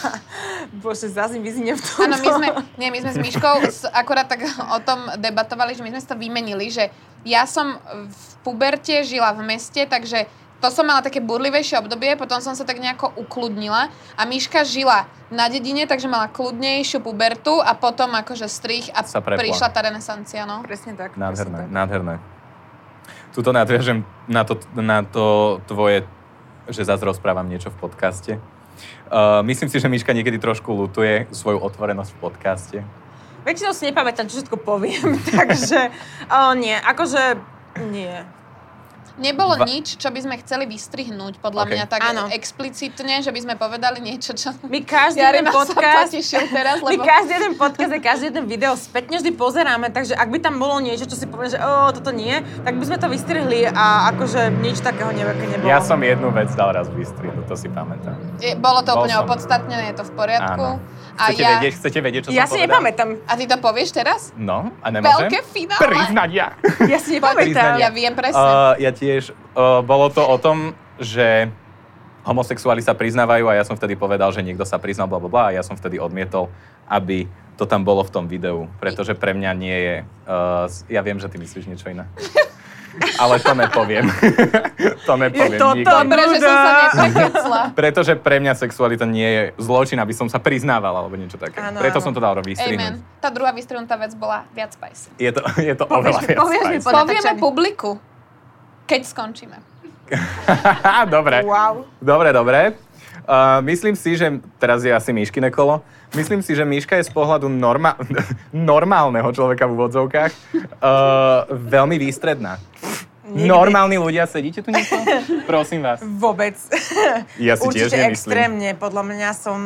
Speaker 5: bože, zase vyznie v tom.
Speaker 3: Áno, my sme, nie, my sme s Myškou s, akurát tak o tom debatovali, že my sme si to vymenili, že ja som v puberte žila v meste, takže to som mala také burlivejšie obdobie, potom som sa tak nejako ukludnila a Myška žila na dedine, takže mala kľudnejšiu pubertu a potom akože strich a
Speaker 4: Sa prepla.
Speaker 3: prišla tá renesancia, no.
Speaker 5: Presne tak.
Speaker 4: Nádherné,
Speaker 5: presne tak.
Speaker 4: nádherné. Tuto nadviažem na to, na to tvoje, že zase rozprávam niečo v podcaste. Uh, myslím si, že Miška niekedy trošku lutuje svoju otvorenosť v podcaste.
Speaker 5: Väčšinou si nepamätám, čo všetko poviem, [laughs] takže uh, nie, akože nie.
Speaker 3: Nebolo
Speaker 4: Va-
Speaker 3: nič, čo by sme chceli vystrihnúť, podľa
Speaker 4: Ok.
Speaker 3: mňa tak
Speaker 5: Áno.
Speaker 3: explicitne, že by sme povedali niečo, čo...
Speaker 5: My každý jeden
Speaker 3: Jarina sa
Speaker 5: podcast...
Speaker 3: potešil teraz,
Speaker 5: My
Speaker 3: lebo...
Speaker 5: každý jeden podcast a každý jeden video spätne vždy pozeráme, takže ak by tam bolo niečo, čo si povie, že o, toto nie, tak by sme to vystrihli a akože nič takého neveké nebolo.
Speaker 4: Ja som jednu vec dal raz vystri, to si pamätám.
Speaker 3: Je, bolo to
Speaker 4: Bol
Speaker 3: úplne
Speaker 4: som.
Speaker 3: opodstatnené, je to v poriadku.
Speaker 4: Áno.
Speaker 3: A
Speaker 4: Chcete,
Speaker 3: ja...
Speaker 4: vedieť, chcete vedieť, čo
Speaker 5: ja
Speaker 4: som
Speaker 5: si
Speaker 4: povedal?
Speaker 5: nepamätám.
Speaker 3: A ty to povieš teraz?
Speaker 4: No, a nemôžem?
Speaker 3: Veľké finále.
Speaker 4: Priznať ja.
Speaker 5: Ja si nepamätám.
Speaker 4: Priznania.
Speaker 3: Ja viem presne. Uh,
Speaker 4: Uh, ja tiež. Uh, bolo to o tom, že homosexuáli sa priznávajú a ja som vtedy povedal, že niekto sa priznal, bla, bla, bla, a ja som vtedy odmietol, aby to e,
Speaker 5: [laughs]
Speaker 4: tam bolo v tom videu, pretože pre mňa nie je... Uh, s- ja viem, že ty myslíš niečo iné. ale to nepoviem. to nepoviem
Speaker 5: toto
Speaker 4: nikdy.
Speaker 5: Dobre,
Speaker 3: Dobre, že som sa
Speaker 5: Nuda.
Speaker 3: neprekecla.
Speaker 4: [laughs] Pretože pre mňa sexualita nie je zločin, aby som sa priznávala alebo niečo také.
Speaker 5: Áno,
Speaker 4: Preto
Speaker 5: áno.
Speaker 4: som to dal
Speaker 3: Amen.
Speaker 4: vystrihnúť.
Speaker 3: Tá druhá vystrhnutá vec bola viac spicy.
Speaker 4: Je to, je to oveľa viac.
Speaker 5: povieš mi
Speaker 4: spice.
Speaker 5: po-
Speaker 3: Povieme
Speaker 5: natáčaní.
Speaker 3: publiku, keď skončíme.
Speaker 4: Á, dobre.
Speaker 5: Wow.
Speaker 4: Dobre, dobre. Uh, myslím si, že... Teraz je asi Míškine kolo. Myslím si, že Míška je z pohľadu norma- [laughs] normálneho človeka v úvodzovkách uh, veľmi výstredná.
Speaker 5: Nikdy.
Speaker 4: Normálni ľudia, sedíte tu
Speaker 5: [laughs]
Speaker 4: niečo? Prosím vás.
Speaker 5: Vôbec.
Speaker 4: Ja si tiež
Speaker 5: Určite
Speaker 4: nemyslím.
Speaker 5: extrémne, podľa mňa som...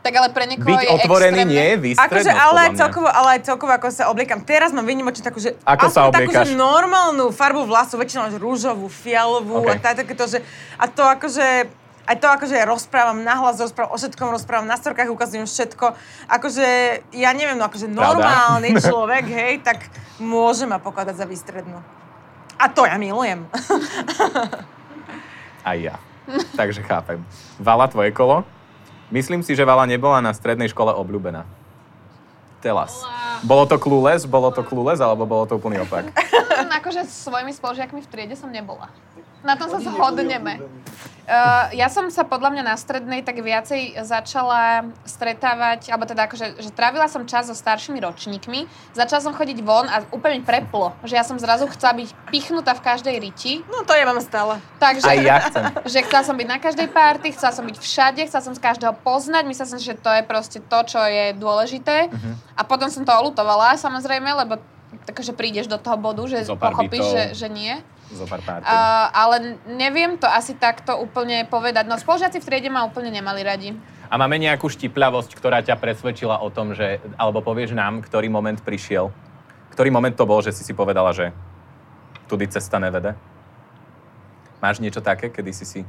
Speaker 3: Tak ale pre niekoho
Speaker 4: Byť
Speaker 3: je
Speaker 4: otvorený
Speaker 3: extrémne.
Speaker 4: nie je výstrednosť,
Speaker 5: Akože, ale aj
Speaker 4: podľa mňa.
Speaker 5: celkovo, ale aj celkovo, ako sa obliekam. Teraz mám vynimočne takú, že...
Speaker 4: Ako sa
Speaker 5: aspoň takú,
Speaker 4: obliekaš?
Speaker 5: že normálnu farbu vlasov, väčšinou až rúžovú, fialovú okay.
Speaker 4: Ok.
Speaker 5: a tá, takéto, že... A to akože... Aj to, akože ja rozprávam nahlas, rozprávam o všetkom, rozprávam na storkách, ukazujem všetko. Akože, ja neviem, no akože
Speaker 4: Pravda. [laughs]
Speaker 5: normálny človek, hej, tak môže ma pokladať za výstrednú. A to ja milujem. [laughs]
Speaker 4: Aj ja. Takže chápem. Vala, tvoje kolo? Myslím si, že Vala nebola na strednej škole obľúbená. Telas. Bolo to clueless, bolo to clueless, alebo bolo to úplný opak?
Speaker 5: [laughs]
Speaker 3: Mm, [laughs] akože s svojimi spolužiakmi v triede som nebola. Na tom sa zhodneme. Uh, ja som sa podľa mňa na strednej tak viacej začala stretávať, alebo teda akože, že trávila som čas so staršími ročníkmi, začala som chodiť von a úplne mi preplo, že ja som zrazu chcela byť pichnutá v každej riti,
Speaker 5: No to ja mám stále.
Speaker 3: takže...
Speaker 4: Aj ja chcem.
Speaker 3: [laughs] že chcela som byť na každej párty, chcela som byť všade, chcela som z každého poznať, myslela som, že to je proste to, čo je dôležité.
Speaker 4: Mhm.
Speaker 3: Uh-huh. A potom som to olutovala, samozrejme, lebo takže prídeš do toho bodu, že
Speaker 4: Zo pár
Speaker 3: pochopíš,
Speaker 4: bytov.
Speaker 3: že, že nie.
Speaker 4: Zo pár párty.
Speaker 3: Uh, ale neviem to asi takto úplne povedať. No spolužiaci v triede ma úplne nemali radi.
Speaker 4: A máme nejakú štipľavosť, ktorá ťa presvedčila o tom, že, alebo povieš nám, ktorý moment prišiel? Ktorý moment to bol, že si si povedala, že tudy cesta nevede? Máš niečo také, kedy si si...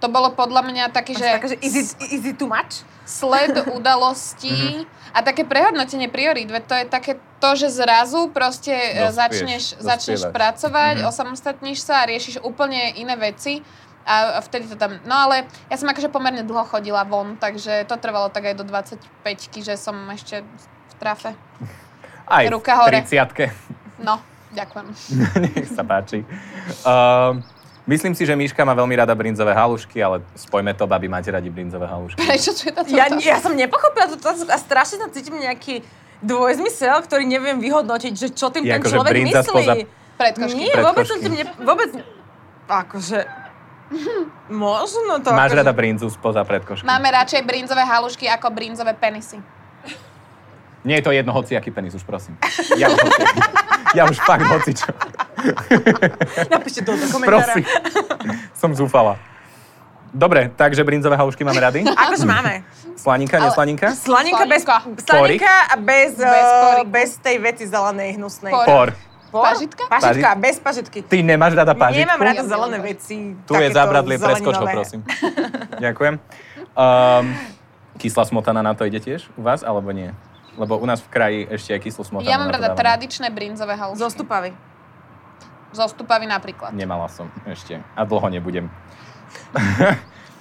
Speaker 3: To bolo podľa mňa také,
Speaker 5: Že...
Speaker 3: že...
Speaker 5: Takže Akože, is it, is it too much?
Speaker 4: [laughs]
Speaker 3: sled
Speaker 4: Mhm.
Speaker 3: udalostí a také prehodnotenie priorít, veď to je také to, že zrazu proste e,
Speaker 4: Dospieš,
Speaker 3: začneš, začneš
Speaker 4: dospievaš.
Speaker 3: pracovať,
Speaker 4: Mhm.
Speaker 3: osamostatníš sa a riešiš úplne iné veci a vtedy to tam, no ale ja som akože pomerne dlho chodila von, takže to trvalo tak aj do 25 že som ešte v trafe.
Speaker 4: Aj
Speaker 3: Ruka
Speaker 4: v
Speaker 3: hore.
Speaker 4: 30
Speaker 3: No, ďakujem.
Speaker 4: [laughs]
Speaker 3: [laughs]
Speaker 4: Nech sa páči. Uh, myslím si, že Miška má veľmi rada brinzové halušky, ale spojme to, babi, máte radi brinzové halušky.
Speaker 3: Prečo tu je táto
Speaker 5: Ja,
Speaker 3: otázka?
Speaker 5: ja som nepochopila túto otázku a strašne tam cítim nejaký dvojzmysel, ktorý neviem vyhodnotiť, že čo tým
Speaker 4: Je
Speaker 5: ten
Speaker 4: akože
Speaker 5: človek
Speaker 4: brinza
Speaker 5: myslí.
Speaker 4: spoza
Speaker 3: Predkošky.
Speaker 5: Nie,
Speaker 4: Predkošky.
Speaker 5: vôbec som tým ne... Vôbec... Akože... Možno to...
Speaker 4: Máš
Speaker 5: akože...
Speaker 4: rada brinzu spoza predkošky?
Speaker 3: Máme radšej brinzové halušky ako brinzové penisy.
Speaker 4: Nie je to jedno, hociaký penis, už prosím. Ja už, hociaký. ja už fakt hocičo.
Speaker 5: Napíšte to
Speaker 4: [laughs]
Speaker 5: do komentára.
Speaker 4: Prosím. Som zúfala. Dobre, takže brinzové halušky máme rady?
Speaker 5: Akože máme.
Speaker 4: Slaninka,
Speaker 3: Ale-
Speaker 4: neslaninka?
Speaker 5: Slaninka bez...
Speaker 3: Slaninka.
Speaker 5: Slaninka a bez,
Speaker 3: Bez
Speaker 5: bez,
Speaker 3: koriku.
Speaker 5: bez tej veci zelenej hnusnej.
Speaker 3: Por.
Speaker 4: Por.
Speaker 5: Por?
Speaker 3: Pažitka?
Speaker 5: Pažitka, bez pažitky.
Speaker 4: Ty nemáš rada pažitku?
Speaker 5: Nemám rada
Speaker 3: Ja
Speaker 5: zelené
Speaker 3: milujem.
Speaker 5: veci.
Speaker 4: Tu je
Speaker 5: takéto
Speaker 4: zábradlie, preskoč ho,
Speaker 5: zeleninové.
Speaker 4: prosím. Ďakujem. Um, kyslá smotana na to ide tiež u vás, alebo nie? Lebo u nás v kraji ešte aj kyslú smotanu
Speaker 3: Ja mám
Speaker 4: No, na to
Speaker 3: rada
Speaker 4: dávame.
Speaker 3: tradičné brinzové halušky.
Speaker 5: Zostupavy.
Speaker 3: Zostupavy napríklad.
Speaker 4: Nemala som ešte a dlho nebudem.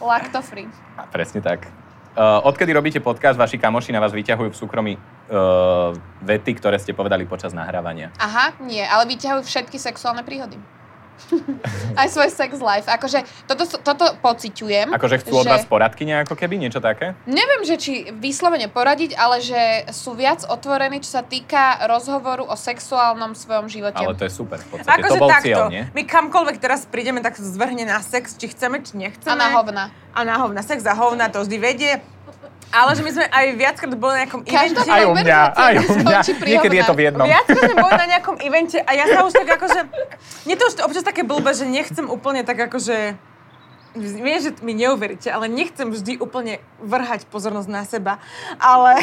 Speaker 3: Lactofree.
Speaker 4: A presne tak. Uh, odkedy robíte podcast, vaši kamoši na vás vyťahujú v súkromí uh, vety, ktoré ste povedali počas nahrávania.
Speaker 3: Aha, nie, ale vyťahujú všetky sexuálne príhody. [laughs] Aj svoj sex life. Akože toto, sú- toto pociťujem.
Speaker 4: Akože chcú od
Speaker 3: že-
Speaker 4: vás poradky nejako keby, niečo také?
Speaker 3: Neviem, že či vyslovene poradiť, ale že sú viac otvorení, čo sa týka rozhovoru o sexuálnom svojom živote.
Speaker 4: Ale to je super, v podstate.
Speaker 5: Akože
Speaker 4: to bol
Speaker 5: takto.
Speaker 4: cieľ, nie?
Speaker 5: My kamkoľvek teraz prídeme, tak zvrhne na sex, či chceme, či nechceme.
Speaker 3: A na hovna.
Speaker 5: A na hovna. Sex a hovna, to vždy vedie. Ale že my sme aj viackrát boli na nejakom
Speaker 3: Každá
Speaker 5: evente.
Speaker 4: Aj u mňa, aj u mňa.
Speaker 3: Skončí pri
Speaker 4: Niekedy je to v
Speaker 3: hovnách.
Speaker 4: jednom.
Speaker 5: Viackrát sme boli na nejakom evente a ja sa už tak akože... Mne to už občas také blbé, že nechcem úplne tak akože... Viem, že mi neuveríte, ale nechcem vždy úplne vrhať pozornosť na seba. Ale...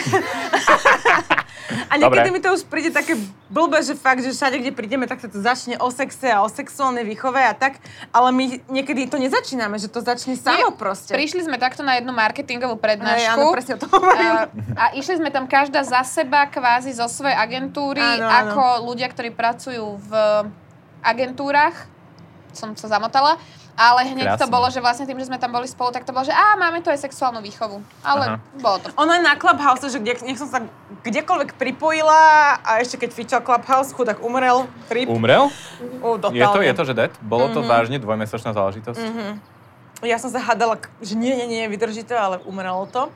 Speaker 5: a niekedy mi
Speaker 4: Dobre.
Speaker 5: to už príde také blbé, že fakt, že všade, kde prídeme, tak sa to začne o sexe a o sexuálnej výchove a tak. Ale my niekedy to nezačíname, že to začne samo
Speaker 3: Nie,
Speaker 5: proste.
Speaker 3: Prišli sme takto na jednu marketingovú
Speaker 5: Hej,
Speaker 3: prednášku.
Speaker 5: áno, presne o tom hovorím.
Speaker 3: A, a išli sme tam každá za seba, kvázi zo svojej agentúry,
Speaker 5: Áno, áno.
Speaker 3: ako ľudia, ktorí pracujú v agentúrach som sa zamotala. Ale hneď to
Speaker 4: Krásne.
Speaker 3: bolo, že vlastne tým, že sme tam boli spolu, tak to bolo, že á, máme tu aj sexuálnu výchovu. Ale
Speaker 4: Aha.
Speaker 3: bolo to.
Speaker 5: Ono je na Clubhouse, že kde, nech som sa kdekoľvek pripojila a ešte keď fičal Clubhouse, chudák umrel. Rip.
Speaker 4: Umrel?
Speaker 5: U,
Speaker 4: Je to, je to, že dead? Bolo
Speaker 5: Mhm.
Speaker 4: to vážne dvojmesačná záležitosť?
Speaker 5: Ja som sa hádala, k- že nie, nie, nie, vydrží to, ale umrelo to.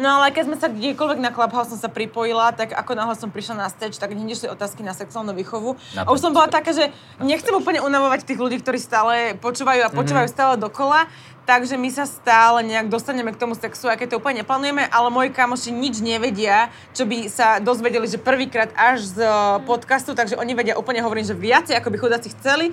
Speaker 5: No ale keď sme sa kdekoľvek na Clubhouse som sa pripojila, tak ako náhle som prišla na stage, tak hneď išli otázky na sexuálnu výchovu. a
Speaker 4: Na
Speaker 5: už
Speaker 4: stage.
Speaker 5: som bola taká, že nechcem úplne unavovať tých ľudí, ktorí stále počúvajú a počúvajú stále dokola, takže my sa stále nejak dostaneme k tomu sexu, aj keď to úplne neplánujeme, ale moji kamoši nič nevedia, čo by sa dozvedeli, že prvýkrát až z eh, podcastu, takže oni vedia úplne, hovorím, že viacej, ako by chudáci chceli,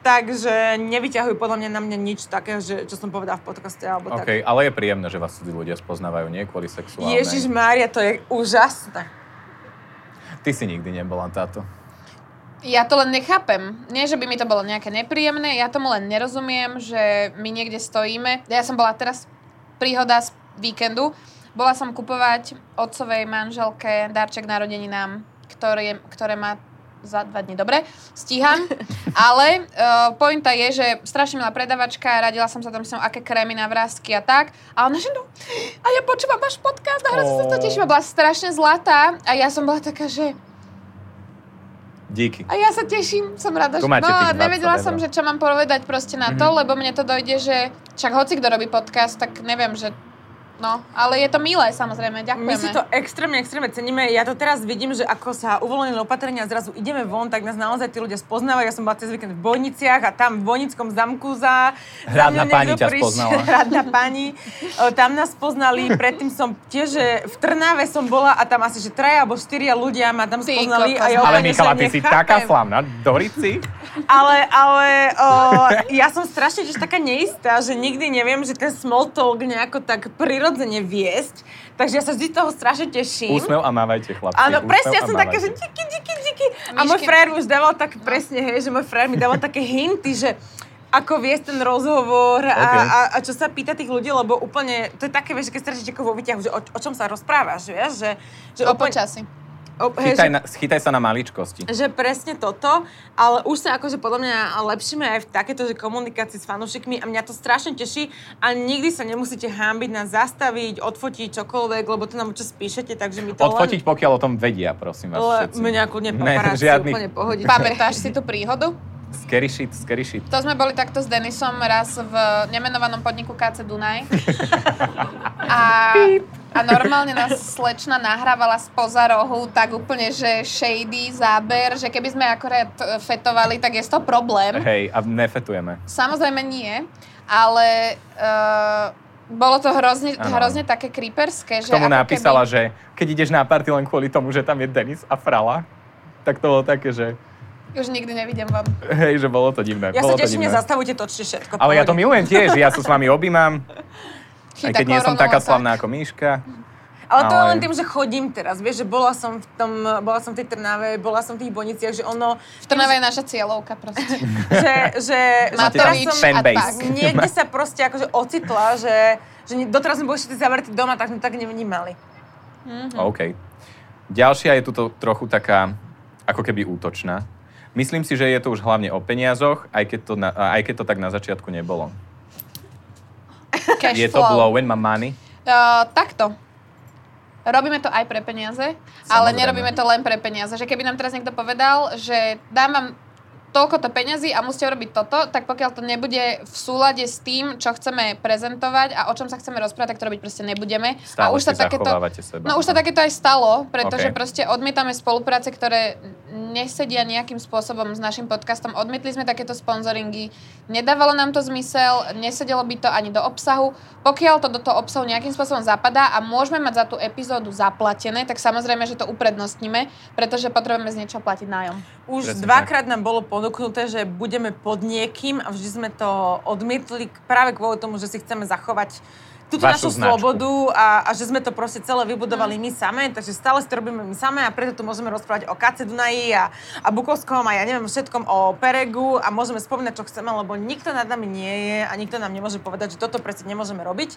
Speaker 5: takže nevyťahujú podľa mňa na mňa nič také, že, čo som povedala v podcaste alebo tak.
Speaker 4: OK, ale je príjemné, že vás cudzí ľudia spoznávajú, nie kvôli sexuálnej.
Speaker 5: Ježiš Mária, to je úžasné.
Speaker 4: Ty si nikdy nebola táto.
Speaker 3: Ja to len nechápem. Nie, že by mi to bolo nejaké nepríjemné, ja tomu len nerozumiem, že my niekde stojíme. Ja som bola teraz príhoda z víkendu. Bola som kupovať otcovej manželke darček narodeninám, ktoré, ktoré má za dva dní, dobre, stíham. Ale uh, pointa je, že strašne milá predavačka, radila som sa tam s ňou, aké krémy na vrázky a tak. A ona, že no, a ja počúvam váš podcast a hrozne sa to
Speaker 4: Ó.
Speaker 3: teším. A Bola strašne zlatá a ja som bola taká, že
Speaker 4: Díky.
Speaker 3: a ja sa teším, som rada,
Speaker 4: Tu
Speaker 3: že...
Speaker 4: máte
Speaker 3: No,
Speaker 4: tých Mhm. 20
Speaker 3: nevedela
Speaker 4: eur.
Speaker 3: som, že čo mám povedať proste na to, lebo mne to dojde, že však hoci kto robí podcast, tak neviem, že... No, ale je to milé, samozrejme, ďakujeme.
Speaker 5: My si to extrémne, extrémne ceníme. Ja to teraz vidím, že ako sa uvoľnili opatrenia a zrazu ideme von, tak nás naozaj tí ľudia spoznávajú. Ja som bola cez víkend v Bojniciach a tam v Bojnickom zamku za... za
Speaker 4: Hradná
Speaker 5: mňou
Speaker 4: pani
Speaker 5: niekto
Speaker 4: ťa spoznala.
Speaker 5: [laughs] Hradná pani. O, Tam nás poznali. Predtým som tiež že v Trnave som bola a tam asi, že traja alebo štyria ľudia ma tam
Speaker 3: Ty
Speaker 5: spoznali.
Speaker 3: kokos.
Speaker 5: A ja
Speaker 4: Ale
Speaker 5: úplne, že
Speaker 4: Michala, ty si
Speaker 5: nechápem.
Speaker 4: taká slavná.
Speaker 5: [laughs]
Speaker 4: Dorici.
Speaker 5: Ale, ale o, ja som strašne tiež taká neistá, že nikdy neviem, že ten small talk nejako tak prirodzene viesť. Takže ja sa vždy z toho strašne teším.
Speaker 4: Úsmev a mávajte, chlapci.
Speaker 5: Hm? Áno,
Speaker 4: úsmev
Speaker 5: presne, ja
Speaker 4: a
Speaker 5: som taká, že
Speaker 4: mávajte.
Speaker 5: díky, díky, díky. A
Speaker 3: Myšky.
Speaker 5: môj frajer už dával tak presne, hej, že môj frajer mi dával také hinty, že ako viesť ten rozhovor a,
Speaker 4: Okay.
Speaker 5: a, a čo sa pýta tých ľudí, lebo úplne, to je také, vieš, keď stretneš niekoho vo výťahu, že o, o čom sa rozprávaš, vieš, že... že
Speaker 3: O počasí.
Speaker 5: o, hej,
Speaker 4: Chytaj,
Speaker 5: že,
Speaker 4: na, schytaj sa na maličkosti.
Speaker 5: že presne toto, ale už sa akože podľa mňa lepšíme aj v takéto, že komunikácii s fanúšikmi a mňa to strašne teší a nikdy sa nemusíte hámbiť na zastaviť, odfotiť čokoľvek, lebo to nám čas píšete, takže my to len...
Speaker 4: Odfotiť, pokiaľ o tom vedia, prosím vás
Speaker 5: Ale
Speaker 4: všetci.
Speaker 5: mňa kľudne
Speaker 4: Ne,
Speaker 5: paparáci
Speaker 4: žiadnych
Speaker 5: úplne pohodite.
Speaker 4: [laughs]
Speaker 3: Pamätáš si tú príhodu?
Speaker 4: Scary shit, scary shit.
Speaker 3: To sme boli takto s Denisom raz v nemenovanom podniku KC Dunaj. A, a normálne nás slečna nahrávala spoza rohu tak úplne, že shady záber, že keby sme akorát e, fetovali, tak je to
Speaker 5: Hm?
Speaker 3: problém.
Speaker 4: Hej, a nefetujeme.
Speaker 3: Samozrejme nie, ale uh, bolo to hrozne,
Speaker 4: Áno.
Speaker 3: hrozne také creeperské. Že
Speaker 4: K tomu
Speaker 3: ako keby,
Speaker 4: napísala, že keď ideš na party len kvôli tomu, že tam je Denis a Frala, tak to bolo také, že
Speaker 3: Už nikdy nevidím vám.
Speaker 4: hej, že bolo to divné.
Speaker 5: Ja sa
Speaker 4: bolo to
Speaker 5: teším,
Speaker 4: divné.
Speaker 5: nezastavujte, točte všetko.
Speaker 4: Ale ja to
Speaker 5: pohode.
Speaker 4: milujem tiež, ja sa s vami objímam, aj
Speaker 3: Chytá
Speaker 4: keď nie
Speaker 3: koronu
Speaker 4: som
Speaker 3: a
Speaker 4: taká
Speaker 3: tak.
Speaker 4: slavná ako Míška.
Speaker 5: Ale to je
Speaker 4: ale-
Speaker 5: len tým, že chodím teraz, vieš, že bola som v tom, bola som v tej Trnave, bola som v tých Boniciach, že ono,
Speaker 3: V Trnave je naša cieľovka
Speaker 5: že,
Speaker 3: proste.
Speaker 4: [laughs]
Speaker 5: že, že
Speaker 4: Máte
Speaker 5: teraz
Speaker 3: Matovič
Speaker 5: som
Speaker 3: a
Speaker 4: fanbase.
Speaker 3: tak.
Speaker 5: niekde sa proste akože ocitla, že, že ni- doteraz sme boli všetci zavretí doma, tak sme tak nevnímali.
Speaker 3: Mhm.
Speaker 4: OK. Ďalšia je tuto trochu taká ako keby útočná. Myslím si, že je to už hlavne o peniazoch, aj keď to, na, aj keď to tak na začiatku nebolo.
Speaker 3: Cash
Speaker 4: je to
Speaker 3: flow.
Speaker 4: blowing my money?
Speaker 3: Uh, takto. Robíme to aj pre peniaze, ale
Speaker 4: Samozrejme.
Speaker 3: nerobíme to len pre peniaze. Že keby nám teraz niekto povedal, že dám vám toľko to peňazí a musíte robiť toto, tak pokiaľ to nebude v súlade s tým, čo chceme prezentovať a o čom sa chceme rozprávať, tak to robiť proste nebudeme.
Speaker 4: Stále
Speaker 3: a už sa
Speaker 4: si
Speaker 3: takéto
Speaker 4: zachovávate seba.
Speaker 3: No už sa takéto aj stalo, pretože okay.
Speaker 4: Ok.
Speaker 3: proste odmietame spolupráce, ktoré nesedia nejakým spôsobom s našim podcastom. Odmietli sme takéto sponzoringy, nedávalo nám to zmysel, nesedelo by to ani do obsahu. Pokiaľ to do toho obsahu nejakým spôsobom zapadá a môžeme mať za tú epizódu zaplatené, tak samozrejme, že to uprednostníme, pretože potrebujeme z niečo platiť nájom.
Speaker 5: Už
Speaker 4: Presne tak.
Speaker 5: dvakrát nám bolo ponúknuté, že budeme pod niekým a vždy sme to odmietli k- práve kvôli tomu, že si chceme zachovať túto
Speaker 4: Vašu
Speaker 5: našu
Speaker 4: značku.
Speaker 5: slobodu a, a že sme to proste celé vybudovali my samé, takže stále si to robíme my samé a preto tu môžeme rozprávať o KC Dunaji a, a Bukovskom a ja neviem všetkom o Peregu a môžeme spomínať, čo chceme, lebo nikto nad nami nie je a nikto nám nemôže povedať, že toto presne nemôžeme robiť.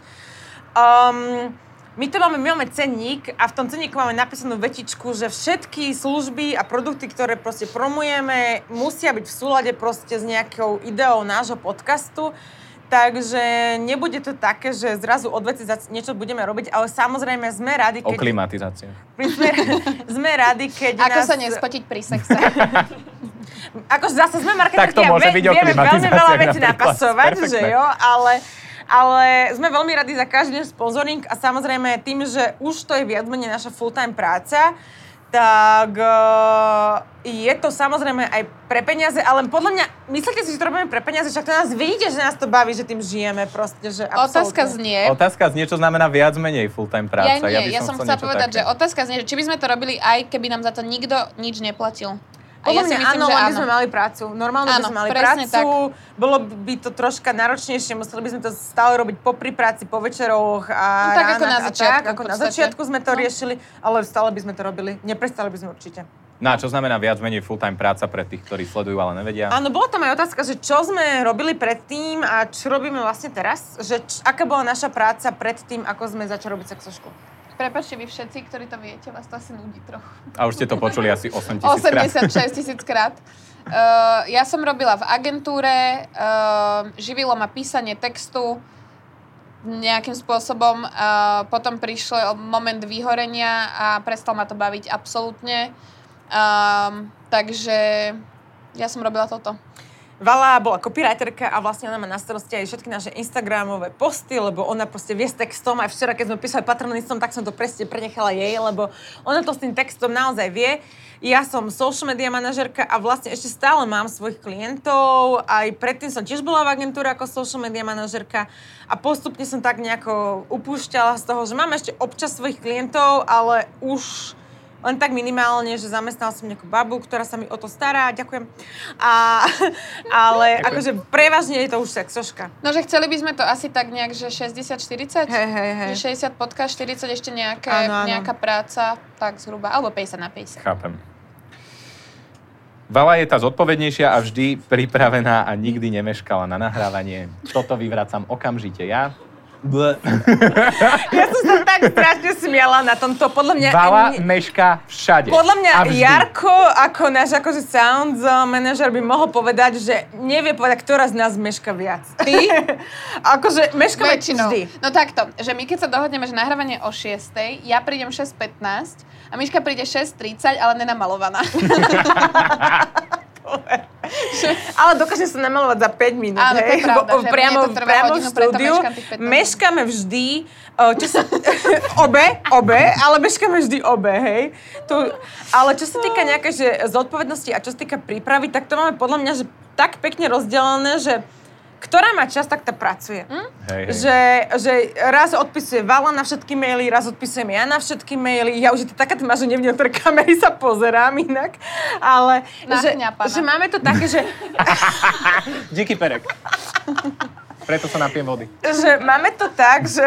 Speaker 5: Um, My to máme, my máme cenník a v tom cenníku máme napísanú vetičku, že všetky služby a produkty, ktoré proste promujeme, musia byť v súlade proste s nejakou ideou nášho podcastu. Takže nebude to také, že zrazu od veci zac- niečo budeme robiť, ale samozrejme sme radi,
Speaker 4: O
Speaker 5: keď...
Speaker 4: klimatizácii.
Speaker 5: [laughs] Sme, sme radi, keď
Speaker 3: Ako
Speaker 5: nás...
Speaker 3: sa nespotiť
Speaker 5: [laughs]
Speaker 3: pri sexe.
Speaker 5: Ako zase sme marketerky
Speaker 4: Tak to
Speaker 5: a
Speaker 4: môže
Speaker 5: vie-
Speaker 4: byť o
Speaker 5: vieme veľmi
Speaker 4: klimatizáciách
Speaker 5: veľa vecí
Speaker 4: napríklad.
Speaker 5: napasovať, že
Speaker 4: Perfektné.
Speaker 5: jo, ale, ale sme veľmi radi za každý náš sponzoring a samozrejme tým, že už to je viac menej naša full-time práca, tak eh, je to samozrejme aj pre peniaze, ale podľa mňa, myslíte si, že to robíme pre peniaze, však to nás vyjde, že nás to baví, že tým žijeme proste, že
Speaker 3: Otázka
Speaker 5: absolútne.
Speaker 3: znie.
Speaker 4: Otázka z niečo znamená viac menej full-time práca.
Speaker 3: Ja nie, ja,
Speaker 4: by
Speaker 3: som chcela
Speaker 4: chcel niečo
Speaker 3: povedať,
Speaker 4: také.
Speaker 3: že otázka znie, že či by sme to robili aj, keby nám za to nikto nič neplatil. A
Speaker 5: Podľa
Speaker 3: ja si
Speaker 5: mňa
Speaker 3: myslím,
Speaker 5: áno, len
Speaker 3: že
Speaker 5: by
Speaker 3: áno.
Speaker 5: sme mali prácu. Normálne by
Speaker 3: Áno,
Speaker 5: sme mali
Speaker 3: presne
Speaker 5: prácu, bolo by to troška náročnejšie, museli by sme to stále robiť popri práci, po večeroch a
Speaker 3: No tak ako
Speaker 5: ránach
Speaker 3: na
Speaker 5: a
Speaker 3: začiatku
Speaker 5: tak, ako
Speaker 3: v
Speaker 5: na
Speaker 3: podstate.
Speaker 5: začiatku sme to
Speaker 3: No.
Speaker 5: riešili, ale stále by sme to robili. Neprestali by sme určite.
Speaker 4: No a čo znamená viac menej full-time práca pre tých, ktorí sledujú, ale nevedia?
Speaker 5: Áno, bola tam aj otázka, že čo sme robili predtým a čo robíme vlastne teraz? Že č- aká bola naša práca predtým, ako sme začali robiť sexošku?
Speaker 3: Prepačte vy všetci, ktorí to viete, vás to asi nudí trochu.
Speaker 4: A už ste to počuli asi 8 tisíc krát.
Speaker 3: 86 tisíc krát. Uh, ja som robila v agentúre, uh, živilo ma písanie textu nejakým spôsobom. Uh, potom prišiel moment vyhorenia a prestal ma to baviť absolútne. Um, takže ja som robila toto.
Speaker 5: Vala bola copywriterka a vlastne ona má na starosti aj všetky naše Instagramové posty, lebo ona proste vie s textom. Aj včera, keď sme písali patronistom, tak som to presne prenechala jej, lebo ona to s tým textom naozaj vie. Ja som social media manažerka a vlastne ešte stále mám svojich klientov. Aj predtým som tiež bola v agentúre ako social media manažerka a postupne som tak nejako upúšťala z toho, že mám ešte občas svojich klientov, ale už len tak minimálne, že zamestnal som nejakú babu, ktorá sa mi o to stará, ďakujem. A, [laughs] ale
Speaker 4: Ďakujem.
Speaker 5: akože prevažne je to už sexoška.
Speaker 3: No, že chceli by sme to asi tak nejak, že
Speaker 5: Hej,
Speaker 3: 60-40?
Speaker 5: hej, hej.
Speaker 3: Že 60 podcast, 40 ešte nejaké,
Speaker 5: Áno, áno.
Speaker 3: nejaká práca, tak zhruba, alebo 50 na 50.
Speaker 4: Chápem. Vala je tá zodpovednejšia a vždy pripravená a nikdy nemeškala na nahrávanie. Toto vyvracam okamžite ja. Ble.
Speaker 5: Ja som sa tak strašne smiala na tomto, podľa mňa...
Speaker 4: Vala
Speaker 5: ani-
Speaker 4: meška všade.
Speaker 5: Podľa mňa
Speaker 4: A vždy.
Speaker 5: Jarko, ako náš akože sound eh, manažer by mohol povedať, že nevie povedať, ktorá z nás meška viac. Ty? [laughs] akože meškáme
Speaker 3: Väčšinou.
Speaker 5: vždy.
Speaker 3: No takto, že my keď sa dohodneme, že nahrávanie o 6, ja prídem 6.15 a Miška príde 6.30, ale nenamalovaná.
Speaker 5: Ale dokážem sa namalovať za 5 minút,
Speaker 3: Áno, to je
Speaker 5: hej?
Speaker 3: pravda,
Speaker 5: Bo-
Speaker 3: že
Speaker 5: priamo,
Speaker 3: mne to trvá
Speaker 5: priamo v
Speaker 3: hodinu, preto
Speaker 5: štúdiu.
Speaker 3: meškám tých 15 minút.
Speaker 5: Meškáme vždy, eh, čo sa, [laughs] obe, obe, ale meškáme vždy obe, hej. To, ale čo sa týka nejaké že zodpovednosti a čo sa týka prípravy, tak to máme podľa mňa že tak pekne rozdelené, že ktorá má čas, tak tá pracuje.
Speaker 3: Mhm.
Speaker 4: Hej, hej.
Speaker 5: Že, že raz odpisuje Vala na všetky maily, raz odpisujem ja na všetky maily. Ja už je to taká tma, že neviem, do ktorej kamery sa pozerám inak. Ale že,
Speaker 3: Nachňapaná.
Speaker 5: že máme to také, že
Speaker 4: [laughs] Díky, Perek. Preto sa napijem vody.
Speaker 5: že máme to tak, že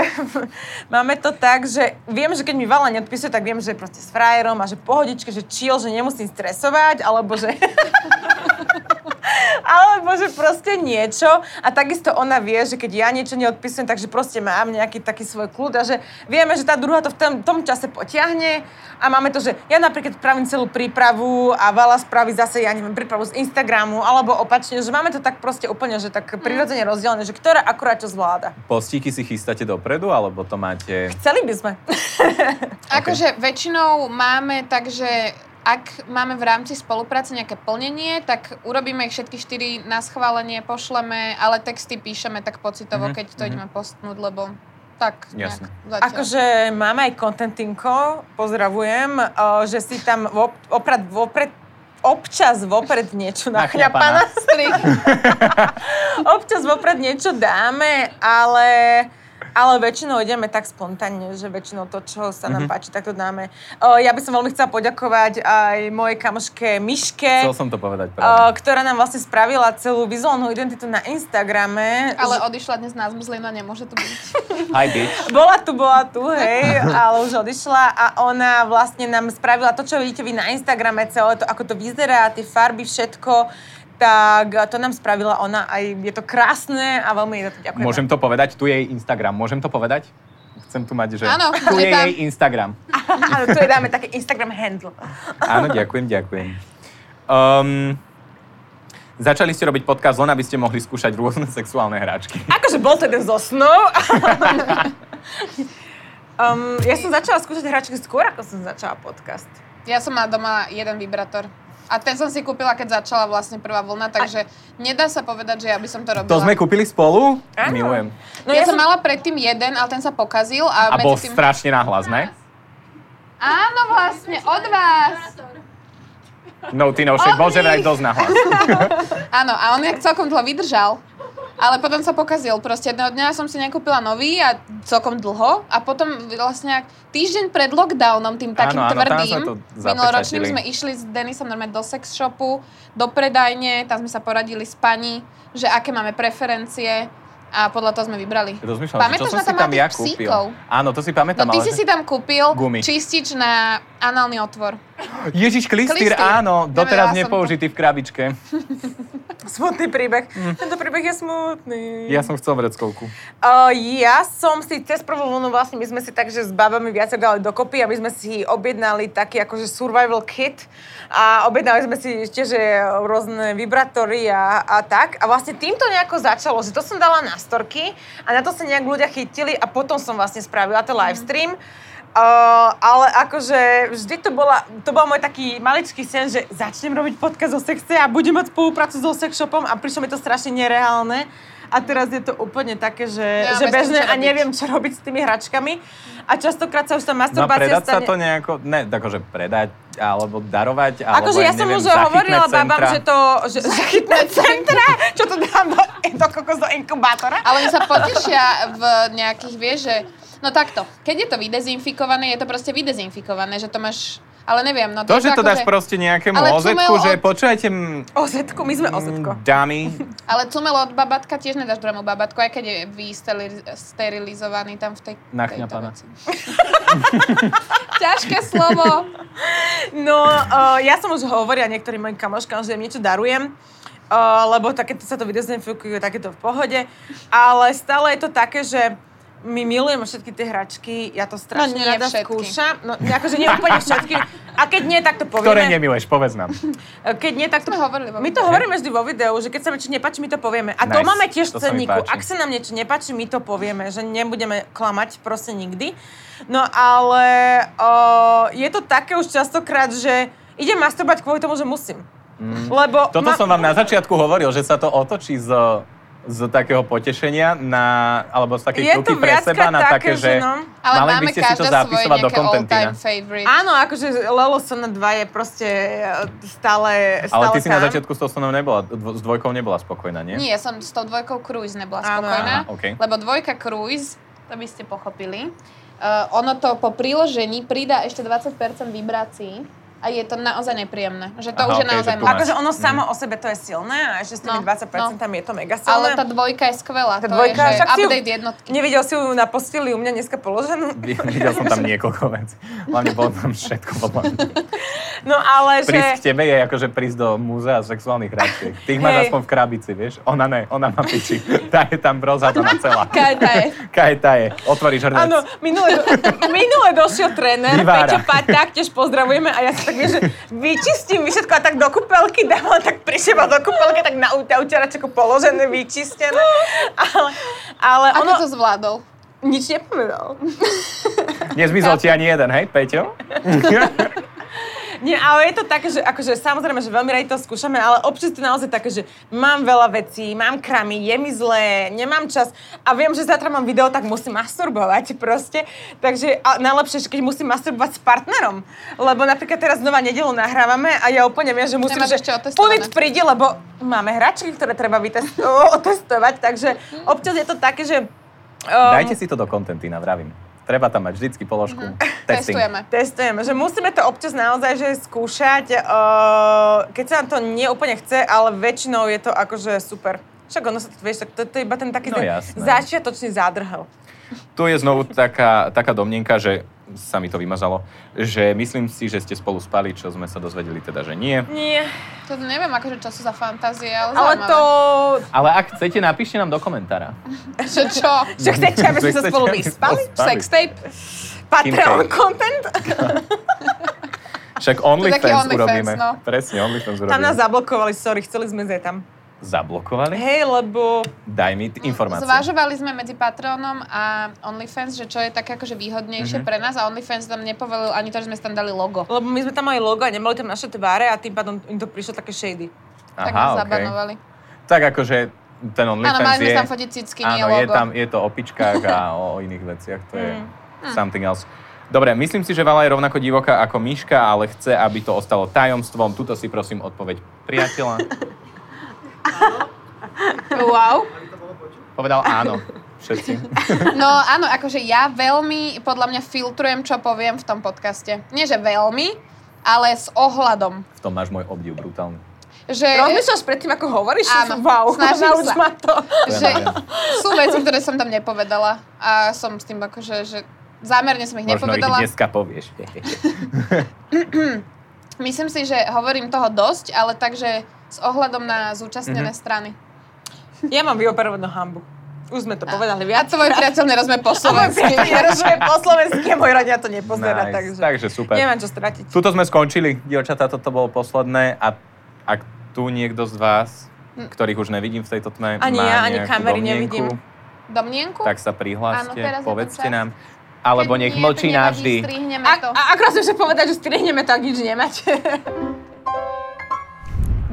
Speaker 5: máme to tak, že viem, že keď mi Vala neodpisuje, tak viem, že je proste s frajerom a že pohodičke, že chill, že nemusím stresovať, alebo že... alebo že proste niečo a takisto ona vie, že keď ja niečo neodpisujem, takže proste mám nejaký taký svoj kľud a že vieme, že tá druhá to v tom, tom čase potiahne a máme to, že ja napríklad pravím celú prípravu a Vala spraví zase, ja neviem, prípravu z Instagramu alebo opačne, že máme to tak proste úplne, že tak prirodzene rozdelené, že ktorá akurát čo zvláda.
Speaker 4: Postíky si chystáte dopredu, alebo to máte...
Speaker 5: Chceli by sme.
Speaker 3: Akože väčšinou máme tak, že ak máme v rámci spolupráce nejaké plnenie, tak urobíme ich všetky štyri na schválenie, pošleme, ale texty píšeme tak pocitovo,
Speaker 4: Mhm,
Speaker 3: keď to
Speaker 4: mhm.
Speaker 3: ideme postnúť, lebo tak nejak
Speaker 4: Jasne.
Speaker 3: zatiaľ.
Speaker 5: Akože máme aj content tinko, pozdravujem, eh, že si tam vop, oprad, vopred, občas vopred niečo nachňapaná.
Speaker 4: Nachňapaná.
Speaker 3: Strich.
Speaker 5: občas vopred niečo dáme, ale, ale väčšinou ideme tak spontánne, že väčšinou to, čo sa nám páči, tak to dáme. Eh, Ja by som veľmi chcela poďakovať aj mojej kamoške Miške,
Speaker 4: Chcel som to
Speaker 5: eh,
Speaker 4: povedať práve.
Speaker 5: ktorá nám vlastne spravila celú vizuálnu identitu na Instagrame.
Speaker 3: Ale odišla dnes na zmrzlinu a nemôže tu byť.
Speaker 4: Hi, bitch.
Speaker 5: Bola tu, bola tu, hej, ale už odišla a ona vlastne nám spravila to, čo vidíte vy na Instagrame, celé to, ako to vyzerá, tie farby, všetko, tak to nám spravila ona aj je to krásne a veľmi jej za to ďakujem.
Speaker 4: Môžem to povedať? Tu je jej Instagram. Môžem to povedať? Chcem tu mať, že
Speaker 3: Áno,
Speaker 4: tu
Speaker 3: je
Speaker 4: je
Speaker 3: tam.
Speaker 4: jej Instagram.
Speaker 5: [laughs] Áno, tu je dáme taký Instagram handle.
Speaker 4: Áno, ďakujem, ďakujem. Um, začali ste robiť podcast len, aby ste mohli skúšať rôzne sexuálne hráčky.
Speaker 5: Akože bol to jeden zo snov. [laughs] um, ja som začala skúšať hračky skôr, ako som začala podcast.
Speaker 3: Ja som mala doma jeden vibrátor. A ten som si kúpila, keď začala vlastne prvá vlna, takže nedá sa povedať, že ja by som to robila.
Speaker 4: To sme kúpili spolu?
Speaker 5: Áno.
Speaker 4: Milujem.
Speaker 5: No
Speaker 3: ja, som mala predtým jeden, ale ten sa pokazil a,
Speaker 4: A bol
Speaker 3: medzi tým...
Speaker 4: strašne nahlas, ne?
Speaker 3: Áno, vlastne, od vás.
Speaker 4: No, ty no, však bol že
Speaker 3: Oni.
Speaker 4: vraj dosť nahlas.
Speaker 3: Áno, a on jak celkom dlho vydržal. Ale potom sa pokazil. Proste jedného dňa som si nekúpila nový a celkom dlho. A potom vlastne ak týždeň pred lockdownom, tým takým
Speaker 4: Áno, áno, tam
Speaker 3: tvrdým,
Speaker 4: sa to zapečatili.
Speaker 3: minuloročným sme išli s Denisom normálne do sex shopu, do predajne, tam sme sa poradili s pani, že aké máme preferencie a podľa toho sme vybrali.
Speaker 4: Rozmýšľam, že čo
Speaker 3: Pamätáš
Speaker 4: som
Speaker 3: na
Speaker 4: si
Speaker 3: tam
Speaker 4: tam
Speaker 3: mal
Speaker 4: ja
Speaker 3: tých
Speaker 4: kúpil?
Speaker 3: psíkov?
Speaker 4: Áno, to si
Speaker 3: No
Speaker 4: pamätám,
Speaker 3: ty
Speaker 4: ale...
Speaker 3: si si tam kúpil
Speaker 4: Gumy.
Speaker 3: čistič na análny otvor.
Speaker 4: Ježiš,
Speaker 3: Klistýr.
Speaker 4: klistýr, áno,
Speaker 3: Nevedela
Speaker 4: doteraz
Speaker 3: som to.
Speaker 4: nepoužitý v krabičke.
Speaker 5: Smutný príbeh. Tento príbeh je smutný.
Speaker 4: Ja som chcel vreckovku.
Speaker 5: Uh, ja som si cez prvú vlnu vlastne, my sme si takže s babami viacej dali dokopy a my sme si objednali taký akože survival kit a objednali sme si ešte, že rôzne vibratory a, a tak. A vlastne týmto nejako začalo, že to som dala na storky a na to sa nejak ľudia chytili a potom som vlastne spravila ten live stream. Uh, ale akože vždy to bola, to bol môj taký maličký sen, že začnem robiť podcast o sexe a budem mať spoluprácu so sex shopom a prišlo mi to strašne nereálne. A teraz je to úplne také, že,
Speaker 3: Ja
Speaker 5: že
Speaker 3: bez
Speaker 5: bežné
Speaker 3: toho, čo
Speaker 5: a
Speaker 3: robiť.
Speaker 5: neviem, čo robiť s tými hračkami. A častokrát sa už tá
Speaker 4: No
Speaker 5: masturbácia
Speaker 4: predať sa to nejako, ne, akože predať, alebo darovať, alebo
Speaker 5: Akože ja som
Speaker 4: neviem,
Speaker 5: už
Speaker 4: zachytné
Speaker 5: hovorila
Speaker 4: centra.
Speaker 5: babám, že to... Že, zachytné
Speaker 3: [laughs]
Speaker 5: centra? Čo to dám do, do, kokos, do inkubátora?
Speaker 3: Ale oni sa potešia v nejakých, vieš, že... No takto, keď je to vydezinfikované, je to proste vydezinfikované, že to máš... Ale neviem, no
Speaker 4: To, že
Speaker 3: ako,
Speaker 4: to
Speaker 5: Akože-
Speaker 4: dáš proste nejakému
Speaker 3: Ale
Speaker 4: ozetku,
Speaker 3: cumel
Speaker 4: že
Speaker 3: od-
Speaker 4: počúvajte, m,
Speaker 5: Ozetko, my sme ozetko.
Speaker 4: m,
Speaker 5: [laughs]
Speaker 4: dámy,
Speaker 3: Ale cumelo od babatka tiež nedáš druhému babatku, aj keď je vysterilizovaný tam v tej...
Speaker 4: Nachňapaná.
Speaker 3: tejto veci. [laughs] Ťažké slovo.
Speaker 5: No, uh, ja som už hovorila niektorým mojim kamoškám, že im niečo darujem, uh, lebo takéto sa to vydezinfikujú, takéto v pohode, ale stále je to také, že my milujeme všetky tie hračky, ja to strašne
Speaker 3: nie
Speaker 5: rada
Speaker 3: všetky.
Speaker 5: skúšam. No, akože nie úplne všetky. A keď nie, tak to povieme.
Speaker 4: ktoré nemiluješ, povedz
Speaker 5: [laughs]
Speaker 4: nám.
Speaker 5: E, Keď nie, tak to...
Speaker 3: Sme hovorili vo
Speaker 5: my to
Speaker 3: videu.
Speaker 5: hovoríme vždy vo videu, že keď sa mi niečo nepáči, my to povieme. A to
Speaker 4: Nice,
Speaker 5: máme tiež v
Speaker 4: to sa mi
Speaker 5: cenníku.
Speaker 4: páči.
Speaker 5: Ak sa nám niečo nepáči, my to povieme, že nebudeme klamať proste nikdy. No ale o, je to také už častokrát, že idem masturbať kvôli tomu, že musím. Mm. Lebo
Speaker 4: Toto som vám na začiatku hovoril, že sa to otočí z, z takého potešenia na, alebo z takej
Speaker 5: Je
Speaker 4: kruky
Speaker 5: to
Speaker 4: pre
Speaker 5: viac
Speaker 4: seba na
Speaker 5: také,
Speaker 4: také, že,
Speaker 5: že no.
Speaker 3: Ale
Speaker 4: mali by
Speaker 3: máme
Speaker 4: ste si to
Speaker 3: každá svoje
Speaker 4: zapisovať do
Speaker 3: nejaké
Speaker 4: kontentína.
Speaker 3: all-time favorite.
Speaker 5: Áno, akože Lelo Sona 2 je proste e, stále, stále
Speaker 4: Ale ty si na
Speaker 5: tam.
Speaker 4: začiatku s tou sonou nebola, dvo- s dvojkou nebola spokojná, nie?
Speaker 3: Nie, ja som s tou dvojkou Cruise nebola
Speaker 5: Áno.
Speaker 3: spokojná,
Speaker 4: Aha, okej.
Speaker 3: lebo dvojka Cruise, to by ste pochopili, uh, ono to po priložení pridá ešte 20% vibrácií a je to naozaj nepríjemné, že to
Speaker 4: Aha,
Speaker 3: už je
Speaker 4: okej,
Speaker 3: naozaj
Speaker 4: že tu
Speaker 3: moc.
Speaker 5: Akože ono samo o sebe to je silné a ešte s tými
Speaker 3: No,
Speaker 5: 20% je to mega silné.
Speaker 3: Ale tá dvojka je skvelá,
Speaker 5: Tá
Speaker 3: to
Speaker 5: dvojka,
Speaker 3: je že
Speaker 5: však si ju-
Speaker 3: update jednotky.
Speaker 5: Nevidel si ju na posteli u mňa dneska položenú?
Speaker 4: [laughs] Videl som tam niekoľko vecí. Hlavne bolo tam všetko. Podľa mňa.
Speaker 5: No ale že...
Speaker 4: Prísť k tebe je akože prísť do múzea sexuálnych hračiek. Tých máš
Speaker 5: Hej.
Speaker 4: aspoň v krabici, vieš? Ona ne, ona má piči. [laughs] Tá je tam rozhadaná celá.
Speaker 3: Kajta je.
Speaker 4: Kaj tá je. Otvoríš hrnec.
Speaker 5: Áno, minule, [laughs] minule došiel tréner,
Speaker 4: Vyvára.
Speaker 5: Peťo Paták, tiež pozdravujeme a ja sa tak vieš, že vyčistím vy všetko a tak do kúpelky dám, a tak prišiel do kúpelky, tak na ú- na uteračku položené, vyčistené. [laughs] Ale, ale
Speaker 3: Ako
Speaker 5: ono
Speaker 3: to zvládol?
Speaker 5: nič nepovedal.
Speaker 4: Nezmizol ti ani jeden, hej, Peťo?
Speaker 5: Nie, ale je to také, že akože, samozrejme, že veľmi radi to skúšame, ale občas to je naozaj také, že mám veľa vecí, mám kramy, je mi zlé, nemám čas a viem, že zatra mám video, tak musím masturbovať proste. Takže a najlepšie, že keď musím masturbovať s partnerom, lebo napríklad teraz znova nedelu nahrávame a ja úplne viem, že musím,
Speaker 3: Nemáš
Speaker 5: že
Speaker 3: ešte otestované.
Speaker 5: polit príde, lebo máme hračky, ktoré treba vytest- o- [laughs] otestovať, takže občas je to také, že... um,
Speaker 4: Dajte si to do kontentína, vravím. Treba tam mať vždycky položku. Testing.
Speaker 3: Testujeme.
Speaker 5: Testujeme, že musíme to občas naozaj že skúšať, eh, keď sa nám to neúplne chce, ale väčšinou je to akože super. Však ono sa to, vieš, tak to, to je iba ten taký
Speaker 4: No
Speaker 5: ten
Speaker 4: jasné.
Speaker 5: začiatočný zádrhel.
Speaker 4: Tu je znovu taká, taká domnenka, že sa mi to vymazalo, že myslím si, že ste spolu spali, čo sme sa dozvedeli teda, že nie.
Speaker 5: Nie,
Speaker 3: To neviem, akože čo sú za fantázie, ale,
Speaker 5: ale to...
Speaker 4: Ale ak chcete, napíšte nám do komentára.
Speaker 3: Že čo?
Speaker 4: [laughs]
Speaker 5: Že chcete, aby sme sa
Speaker 4: Chcete,
Speaker 5: spolu
Speaker 4: aby sme
Speaker 5: vyspali?
Speaker 4: spali.
Speaker 5: Sextape? Patreon
Speaker 4: Kincaid.
Speaker 5: content?
Speaker 4: Však
Speaker 3: To taký
Speaker 4: OnlyFans
Speaker 3: OnlyFans,
Speaker 4: urobíme.
Speaker 3: no.
Speaker 4: Presne, OnlyFans urobíme.
Speaker 5: Tam nás zablokovali, sorry, chceli sme ísť aj tam.
Speaker 4: Zablokovali?
Speaker 5: Hej, lebo...
Speaker 4: Daj mi t- informácie.
Speaker 3: Zvážovali sme medzi Patreonom a OnlyFans, že čo je také akože
Speaker 4: Mhm.
Speaker 3: výhodnejšie pre nás a OnlyFans nám nepovolil ani to, že sme si tam dali logo.
Speaker 5: Lebo my sme tam mali logo a nemali tam naše tváre a tým pádom im to prišlo také shady.
Speaker 3: tak nás
Speaker 4: okej.
Speaker 3: zabanovali.
Speaker 4: Tak akože ten
Speaker 3: Áno,
Speaker 4: OnlyFans
Speaker 3: mali sme
Speaker 4: je...
Speaker 3: tam fotiť cicky, nie
Speaker 4: áno,
Speaker 3: logo.
Speaker 4: je, tam, je to o pičkách
Speaker 5: [laughs]
Speaker 4: a o, o iných veciach. To
Speaker 5: Mm.
Speaker 4: je
Speaker 5: Hm.
Speaker 4: something else. Dobre, myslím si, že Vala je rovnako divoká ako Miška, ale chce, aby to ostalo tajomstvom. Tuto si prosím odpoveď priateľa.
Speaker 5: [laughs]
Speaker 3: Wow.
Speaker 4: Povedal áno. Všetci.
Speaker 3: No áno, akože ja veľmi, podľa mňa, filtrujem, čo poviem v tom podcaste. Nie, že veľmi, ale s ohľadom.
Speaker 4: V tom máš môj obdiv brutálny.
Speaker 3: Že,
Speaker 5: Rozmýšľaš predtým, ako hovoríš?
Speaker 3: Áno,
Speaker 5: wow,
Speaker 3: snažím
Speaker 5: nauč
Speaker 3: sa.
Speaker 5: ma to.
Speaker 4: To ja
Speaker 3: že
Speaker 4: neviem.
Speaker 3: sú veci, ktoré som tam nepovedala a som s tým akože, že zámerne som ich
Speaker 4: Možno ich
Speaker 3: nepovedala.
Speaker 4: dneska
Speaker 5: [laughs]
Speaker 4: povieš.
Speaker 3: Myslím si, že hovorím toho dosť, ale takže s ohľadom na zúčastnené
Speaker 4: Mhm.
Speaker 3: strany.
Speaker 5: Ja mám vyoperovanú hambu. Už sme to povedali
Speaker 3: A
Speaker 5: [laughs] viac.
Speaker 3: tvoj priateľ nerozme po slovensky.
Speaker 5: Nerozumie po slovensky a môj rodia to nepozerá,
Speaker 4: Nice.
Speaker 5: takže...
Speaker 4: Takže super.
Speaker 5: Nemám čo stratiť.
Speaker 4: Tuto sme skončili, dievčatá, toto bolo posledné a ak tu niekto z vás, ktorých už nevidím v tejto tme,
Speaker 5: Hm. Ani
Speaker 4: má
Speaker 5: ja, ani
Speaker 4: nejakú
Speaker 5: kamery
Speaker 4: domnienku,
Speaker 5: nevidím.
Speaker 3: Domnienku?
Speaker 4: tak sa prihláste,
Speaker 3: Áno, teraz je ten
Speaker 4: povedzte
Speaker 3: čas.
Speaker 4: nám. Alebo
Speaker 3: Keď
Speaker 4: nech
Speaker 3: nie, to
Speaker 4: mlčí
Speaker 3: nevadí,
Speaker 4: navždy.
Speaker 3: Strihneme
Speaker 5: A,
Speaker 3: to.
Speaker 5: a akorát som ešte povedať, že strihneme, tak nič [laughs] nemáte.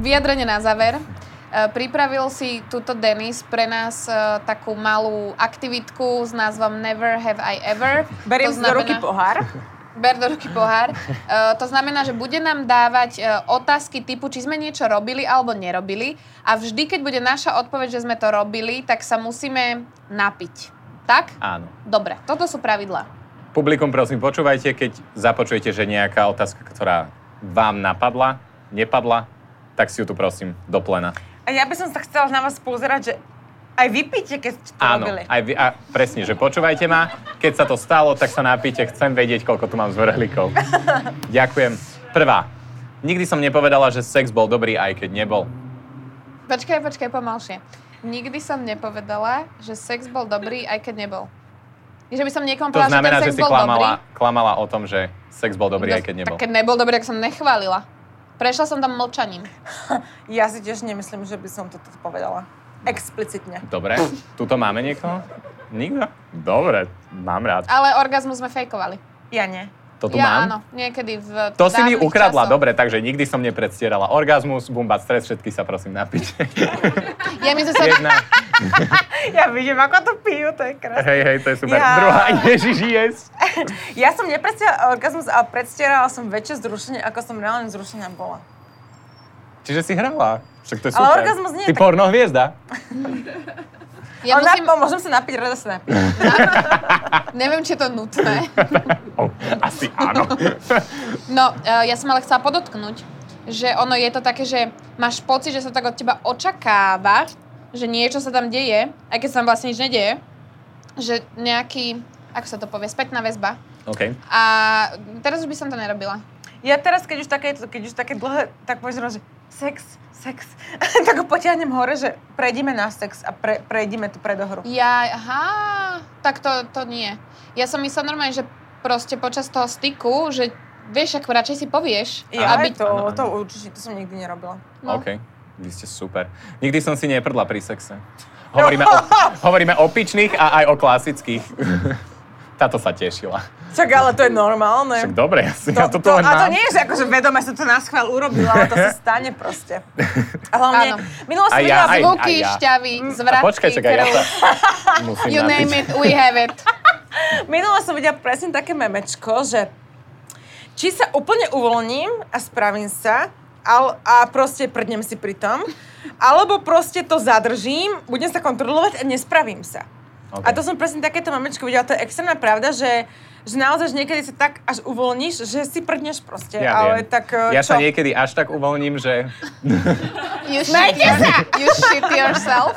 Speaker 3: Vyjadrenie na záver. E, Pripravil si tuto Denis pre nás e, takú malú aktivitku s názvom Never Have I Ever.
Speaker 5: Beriem
Speaker 3: To
Speaker 5: si do ruky
Speaker 3: znamená-
Speaker 5: pohár.
Speaker 3: Ber do ruky pohár. E, to znamená, že bude nám dávať e, otázky typu, či sme niečo robili alebo nerobili. A vždy, keď bude naša odpoveď, že sme to robili, tak sa musíme napiť. Tak?
Speaker 4: Áno.
Speaker 3: Dobre, toto sú pravidlá.
Speaker 4: Publikum, prosím, počúvajte, keď započujete, že nejaká otázka, ktorá vám napadla, nepadla, tak si ju tu prosím do plena.
Speaker 5: A ja by som sa chcela na vás pozerať, že aj vypíte, keď ste to
Speaker 4: Áno,
Speaker 5: robili.
Speaker 4: aj vy, a presne, že počúvajte ma. Keď sa to stalo, tak sa napíte, chcem vedieť, koľko tu
Speaker 3: [laughs]
Speaker 4: mám zvrhlikov. Ďakujem. Prvá. Nikdy som nepovedala, že sex bol dobrý, aj keď nebol.
Speaker 3: Počkaj, počkaj, pomalšie. Nikdy som nepovedala, že sex bol dobrý, aj keď nebol. Že by som niekomu
Speaker 4: To
Speaker 3: povedala,
Speaker 4: znamená,
Speaker 3: že ten sex
Speaker 4: že si
Speaker 3: bol dobrý. No,
Speaker 4: klamala, klamala o tom, že sex bol dobrý, aj keď nebol.
Speaker 3: Tak keď nebol dobrý, tak som nechválila. Prešla som tam mlčaním.
Speaker 5: Ja si tiež nemyslím, že by som toto povedala. Explicitne.
Speaker 4: Dobre, tuto máme niekoho? Nikto? Dobre, mám rád.
Speaker 3: Ale orgazmus sme fejkovali.
Speaker 5: Ja nie.
Speaker 4: To tu
Speaker 3: ja
Speaker 4: mám?
Speaker 3: áno, niekedy v
Speaker 4: To si mi
Speaker 3: dávnych
Speaker 4: ukradla,
Speaker 3: časoch.
Speaker 4: dobre, takže nikdy som nepredstierala orgazmus, bumba, stres, všetky sa prosím
Speaker 5: [laughs]
Speaker 4: napíte.
Speaker 3: Ja my sme sa...
Speaker 4: Jedna,
Speaker 5: Ja vidím, ako to pijú, to je
Speaker 4: [laughs]
Speaker 5: krásne.
Speaker 4: hej, hej, to je super.
Speaker 5: Ja.
Speaker 4: Druhá, ježiš, yes.
Speaker 5: Ja som nepredstierala orgazmus, ale predstierala som väčšie zrušenie, ako som reálne zrušenia bola.
Speaker 4: Čiže si hrala. Však to je
Speaker 5: Ale
Speaker 4: super.
Speaker 5: orgazmus nie je
Speaker 4: Ty
Speaker 5: tak-
Speaker 4: porno hviezda.
Speaker 3: Ja
Speaker 5: Ona,
Speaker 3: musím...
Speaker 5: musím... môžem sa napiť, rada sa napiť.
Speaker 3: Neviem, či je to nutné.
Speaker 4: Oh, asi
Speaker 5: [laughs]
Speaker 4: áno.
Speaker 3: No, e, ja som ale chcela podotknúť, že ono je to také, že máš pocit, že sa tak od teba očakáva, že niečo sa tam deje, aj keď sa tam vlastne nič nedeje, že nejaký, ako sa to povie, spätná väzba.
Speaker 4: OK.
Speaker 3: A teraz už by som to nerobila.
Speaker 5: Ja teraz, keď už také, keď už také dlhé, tak povedzme, že sex, sex, [laughs] tak ho potiahnem hore, že prejdime na sex a pre, prejdime tú predohru.
Speaker 3: Ja, aha, tak to, to nie. Ja som myslela normálne, že proste počas toho styku, že vieš, ako radšej si povieš.
Speaker 5: Ja
Speaker 3: aby...
Speaker 5: to,
Speaker 4: Áno, áno.
Speaker 5: to určite, to som nikdy nerobila.
Speaker 3: No.
Speaker 4: OK. Vy ste super. Nikdy som si neprdla pri sexe.
Speaker 5: No.
Speaker 4: Hovoríme,
Speaker 5: [laughs]
Speaker 4: o, hovoríme o pičných a aj o klasických. [laughs] Táto sa tešila.
Speaker 5: Čak, ale to je normálne.
Speaker 4: Však dobre, ja si ja to tu
Speaker 5: to,
Speaker 4: len
Speaker 5: a to
Speaker 4: mám.
Speaker 5: nie je, že akože vedome som to na schvál urobila, ale
Speaker 4: [laughs]
Speaker 5: to sa stane proste. A hlavne,
Speaker 3: Áno.
Speaker 5: minulo som
Speaker 4: Aj ja,
Speaker 5: videla
Speaker 4: aj-
Speaker 5: zvuk,
Speaker 3: Zvuky,
Speaker 4: ja.
Speaker 3: šťavy,
Speaker 5: Mm.
Speaker 4: A
Speaker 3: zvratky,
Speaker 4: počkaj, čakaj, ja
Speaker 3: krv.
Speaker 4: sa [laughs] musím
Speaker 3: You
Speaker 4: napiť.
Speaker 3: name it, we have it.
Speaker 5: minulo som videla presne také memečko, že či sa úplne uvoľním a spravím sa, al, a proste prdnem si pri tom, alebo proste to zadržím, budem sa kontrolovať a nespravím sa. A
Speaker 4: Okay.
Speaker 5: to som presne takéto mamečko videla, to je extrémna pravda, že, že naozaj že niekedy sa tak až uvoľníš, že si prdneš proste.
Speaker 4: ja
Speaker 5: ale
Speaker 4: viem.
Speaker 5: tak e,
Speaker 4: ja
Speaker 5: čo?
Speaker 4: sa niekedy až tak uvoľním, že
Speaker 3: You shit, your- you shit yourself.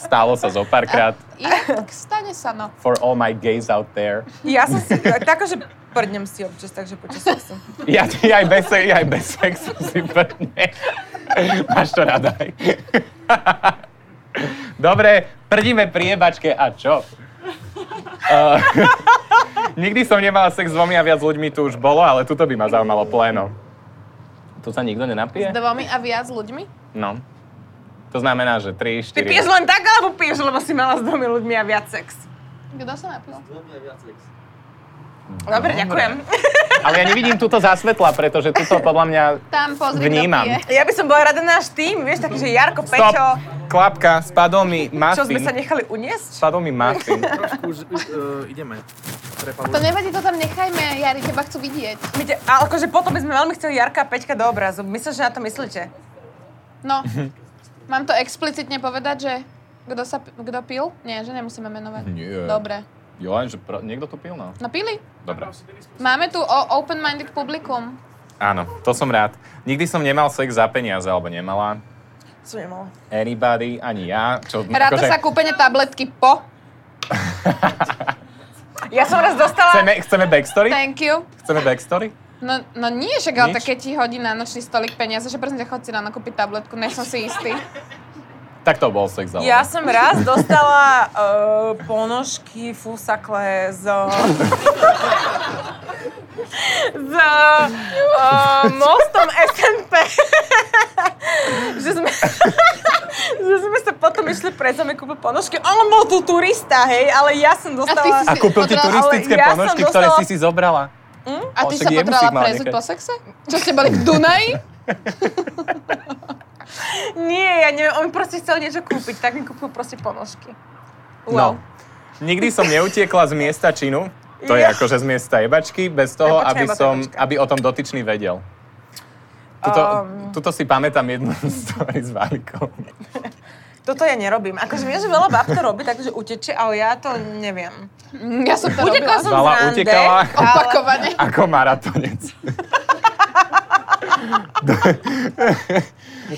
Speaker 4: stalo sa zo párkrát.
Speaker 3: Je, tak stane sa, no.
Speaker 4: For all my gays out there.
Speaker 5: Ja som si, tako, že prdnem si občas, takže počas
Speaker 4: [laughs]
Speaker 5: sexu.
Speaker 4: Ja, ja aj bez, se- ja aj bez sexu si prdne. Máš to rada aj. [laughs] Dobre, prdíme pri jebačke a čo? Uh, [laughs] nikdy som nemala sex s dvomi a viac ľuďmi tu už bolo, ale tuto by ma zaujímalo pléno. Tu sa nikto
Speaker 3: S
Speaker 4: nenapije?
Speaker 3: dvomi a viac ľuďmi?
Speaker 4: No. To znamená, že 3, 4...
Speaker 5: Ty piješ len tak, alebo piješ, lebo si mala s dvomi ľuďmi a viac sex?
Speaker 3: Kto sa napil?
Speaker 5: Dobre, ďakujem.
Speaker 4: Ale ja nevidím túto zasvetla, pretože tuto podľa mňa...
Speaker 3: Tam, pozri,
Speaker 4: Vnímam.
Speaker 3: kto pije.
Speaker 5: Ja by som bola rada na náš tým, vieš, taký, že Jarko,
Speaker 4: Stop!
Speaker 5: Pečo,
Speaker 4: Klapka, spadol mi
Speaker 5: čo sme
Speaker 4: muffin.
Speaker 5: sa nechali uniesť?
Speaker 4: Spadol mi muffin.
Speaker 6: Trošku už uh, ideme. Prepalujem.
Speaker 3: To nevadí, to tam nechajme, Jari, teba chcú vidieť.
Speaker 5: My te, ale akože potom by sme veľmi chceli Jarka a Peťka do obrazu. Myslím, že na to myslíte.
Speaker 4: [laughs]
Speaker 3: No, mám to explicitne povedať, že kto sa, p- kto pil? Nie, že nemusíme menovať.
Speaker 4: Nie.
Speaker 3: Dobre.
Speaker 4: Jo, len, že pro... niekto tu pil, no.
Speaker 3: No pili.
Speaker 4: Dobre.
Speaker 3: Máme tu o- open-minded publikum.
Speaker 4: Áno, to som rád. Nikdy som nemal sex za peniaze, alebo nemala.
Speaker 5: Som nemala.
Speaker 4: Anybody, ani ja. Čo, akože
Speaker 3: Ráta sa kúpenie tabletky po.
Speaker 5: Ja som raz dostala...
Speaker 4: chceme, chceme backstory?
Speaker 3: Thank you.
Speaker 4: Chceme backstory?
Speaker 3: No, no nie, že ale
Speaker 4: Nič?
Speaker 3: tak keď ti hodí na nočný stolik peniaze, že prosím ťa, chod si ráno kúpiť tabletku, nech som si istý.
Speaker 4: Tak to bol sex za
Speaker 5: Ja som raz dostala uh, ponožky, fusakle z... z uh, mostom SNP. že sme... že sme sa potom išli preč, sme kúpili ponožky. On bol tu turista, hej, ale ja som dostala...
Speaker 3: si
Speaker 4: A kúpil ti
Speaker 3: Ale
Speaker 4: turistické
Speaker 5: ja som
Speaker 4: ponožky,
Speaker 5: dostala-
Speaker 4: ktoré si si zobrala.
Speaker 3: A
Speaker 4: Ale
Speaker 3: ty
Speaker 4: však
Speaker 3: sa
Speaker 4: jemu si
Speaker 3: potrebovala
Speaker 4: ich mala
Speaker 3: prezuť
Speaker 4: nechať.
Speaker 3: po sexe? Čo ste boli v Dunaji?
Speaker 5: Nie, ja neviem, on mi proste chcel niečo kúpiť, tak mi kúpil proste ponožky. Wow.
Speaker 4: No. Nikdy som neutiekla z miesta činu. To je
Speaker 5: Ja.
Speaker 4: akože z miesta jebačky, bez toho,
Speaker 5: Ja počkaj,
Speaker 4: aby,
Speaker 5: iba
Speaker 4: som,
Speaker 5: pepačka.
Speaker 4: aby o tom dotyčný vedel. Tuto,
Speaker 5: Um.
Speaker 4: tuto si pamätám jednu [laughs] story s Válikom.
Speaker 5: Toto ja nerobím. Akože viem, že veľa bab to robí, takže uteče, ale ja to neviem.
Speaker 3: Mm, Ja som to
Speaker 5: Utekla
Speaker 3: robila.
Speaker 5: som
Speaker 4: Vala
Speaker 5: z rande,
Speaker 4: utekala.
Speaker 5: ale
Speaker 4: [laughs]
Speaker 3: Opakovane.
Speaker 4: Ako maratonec.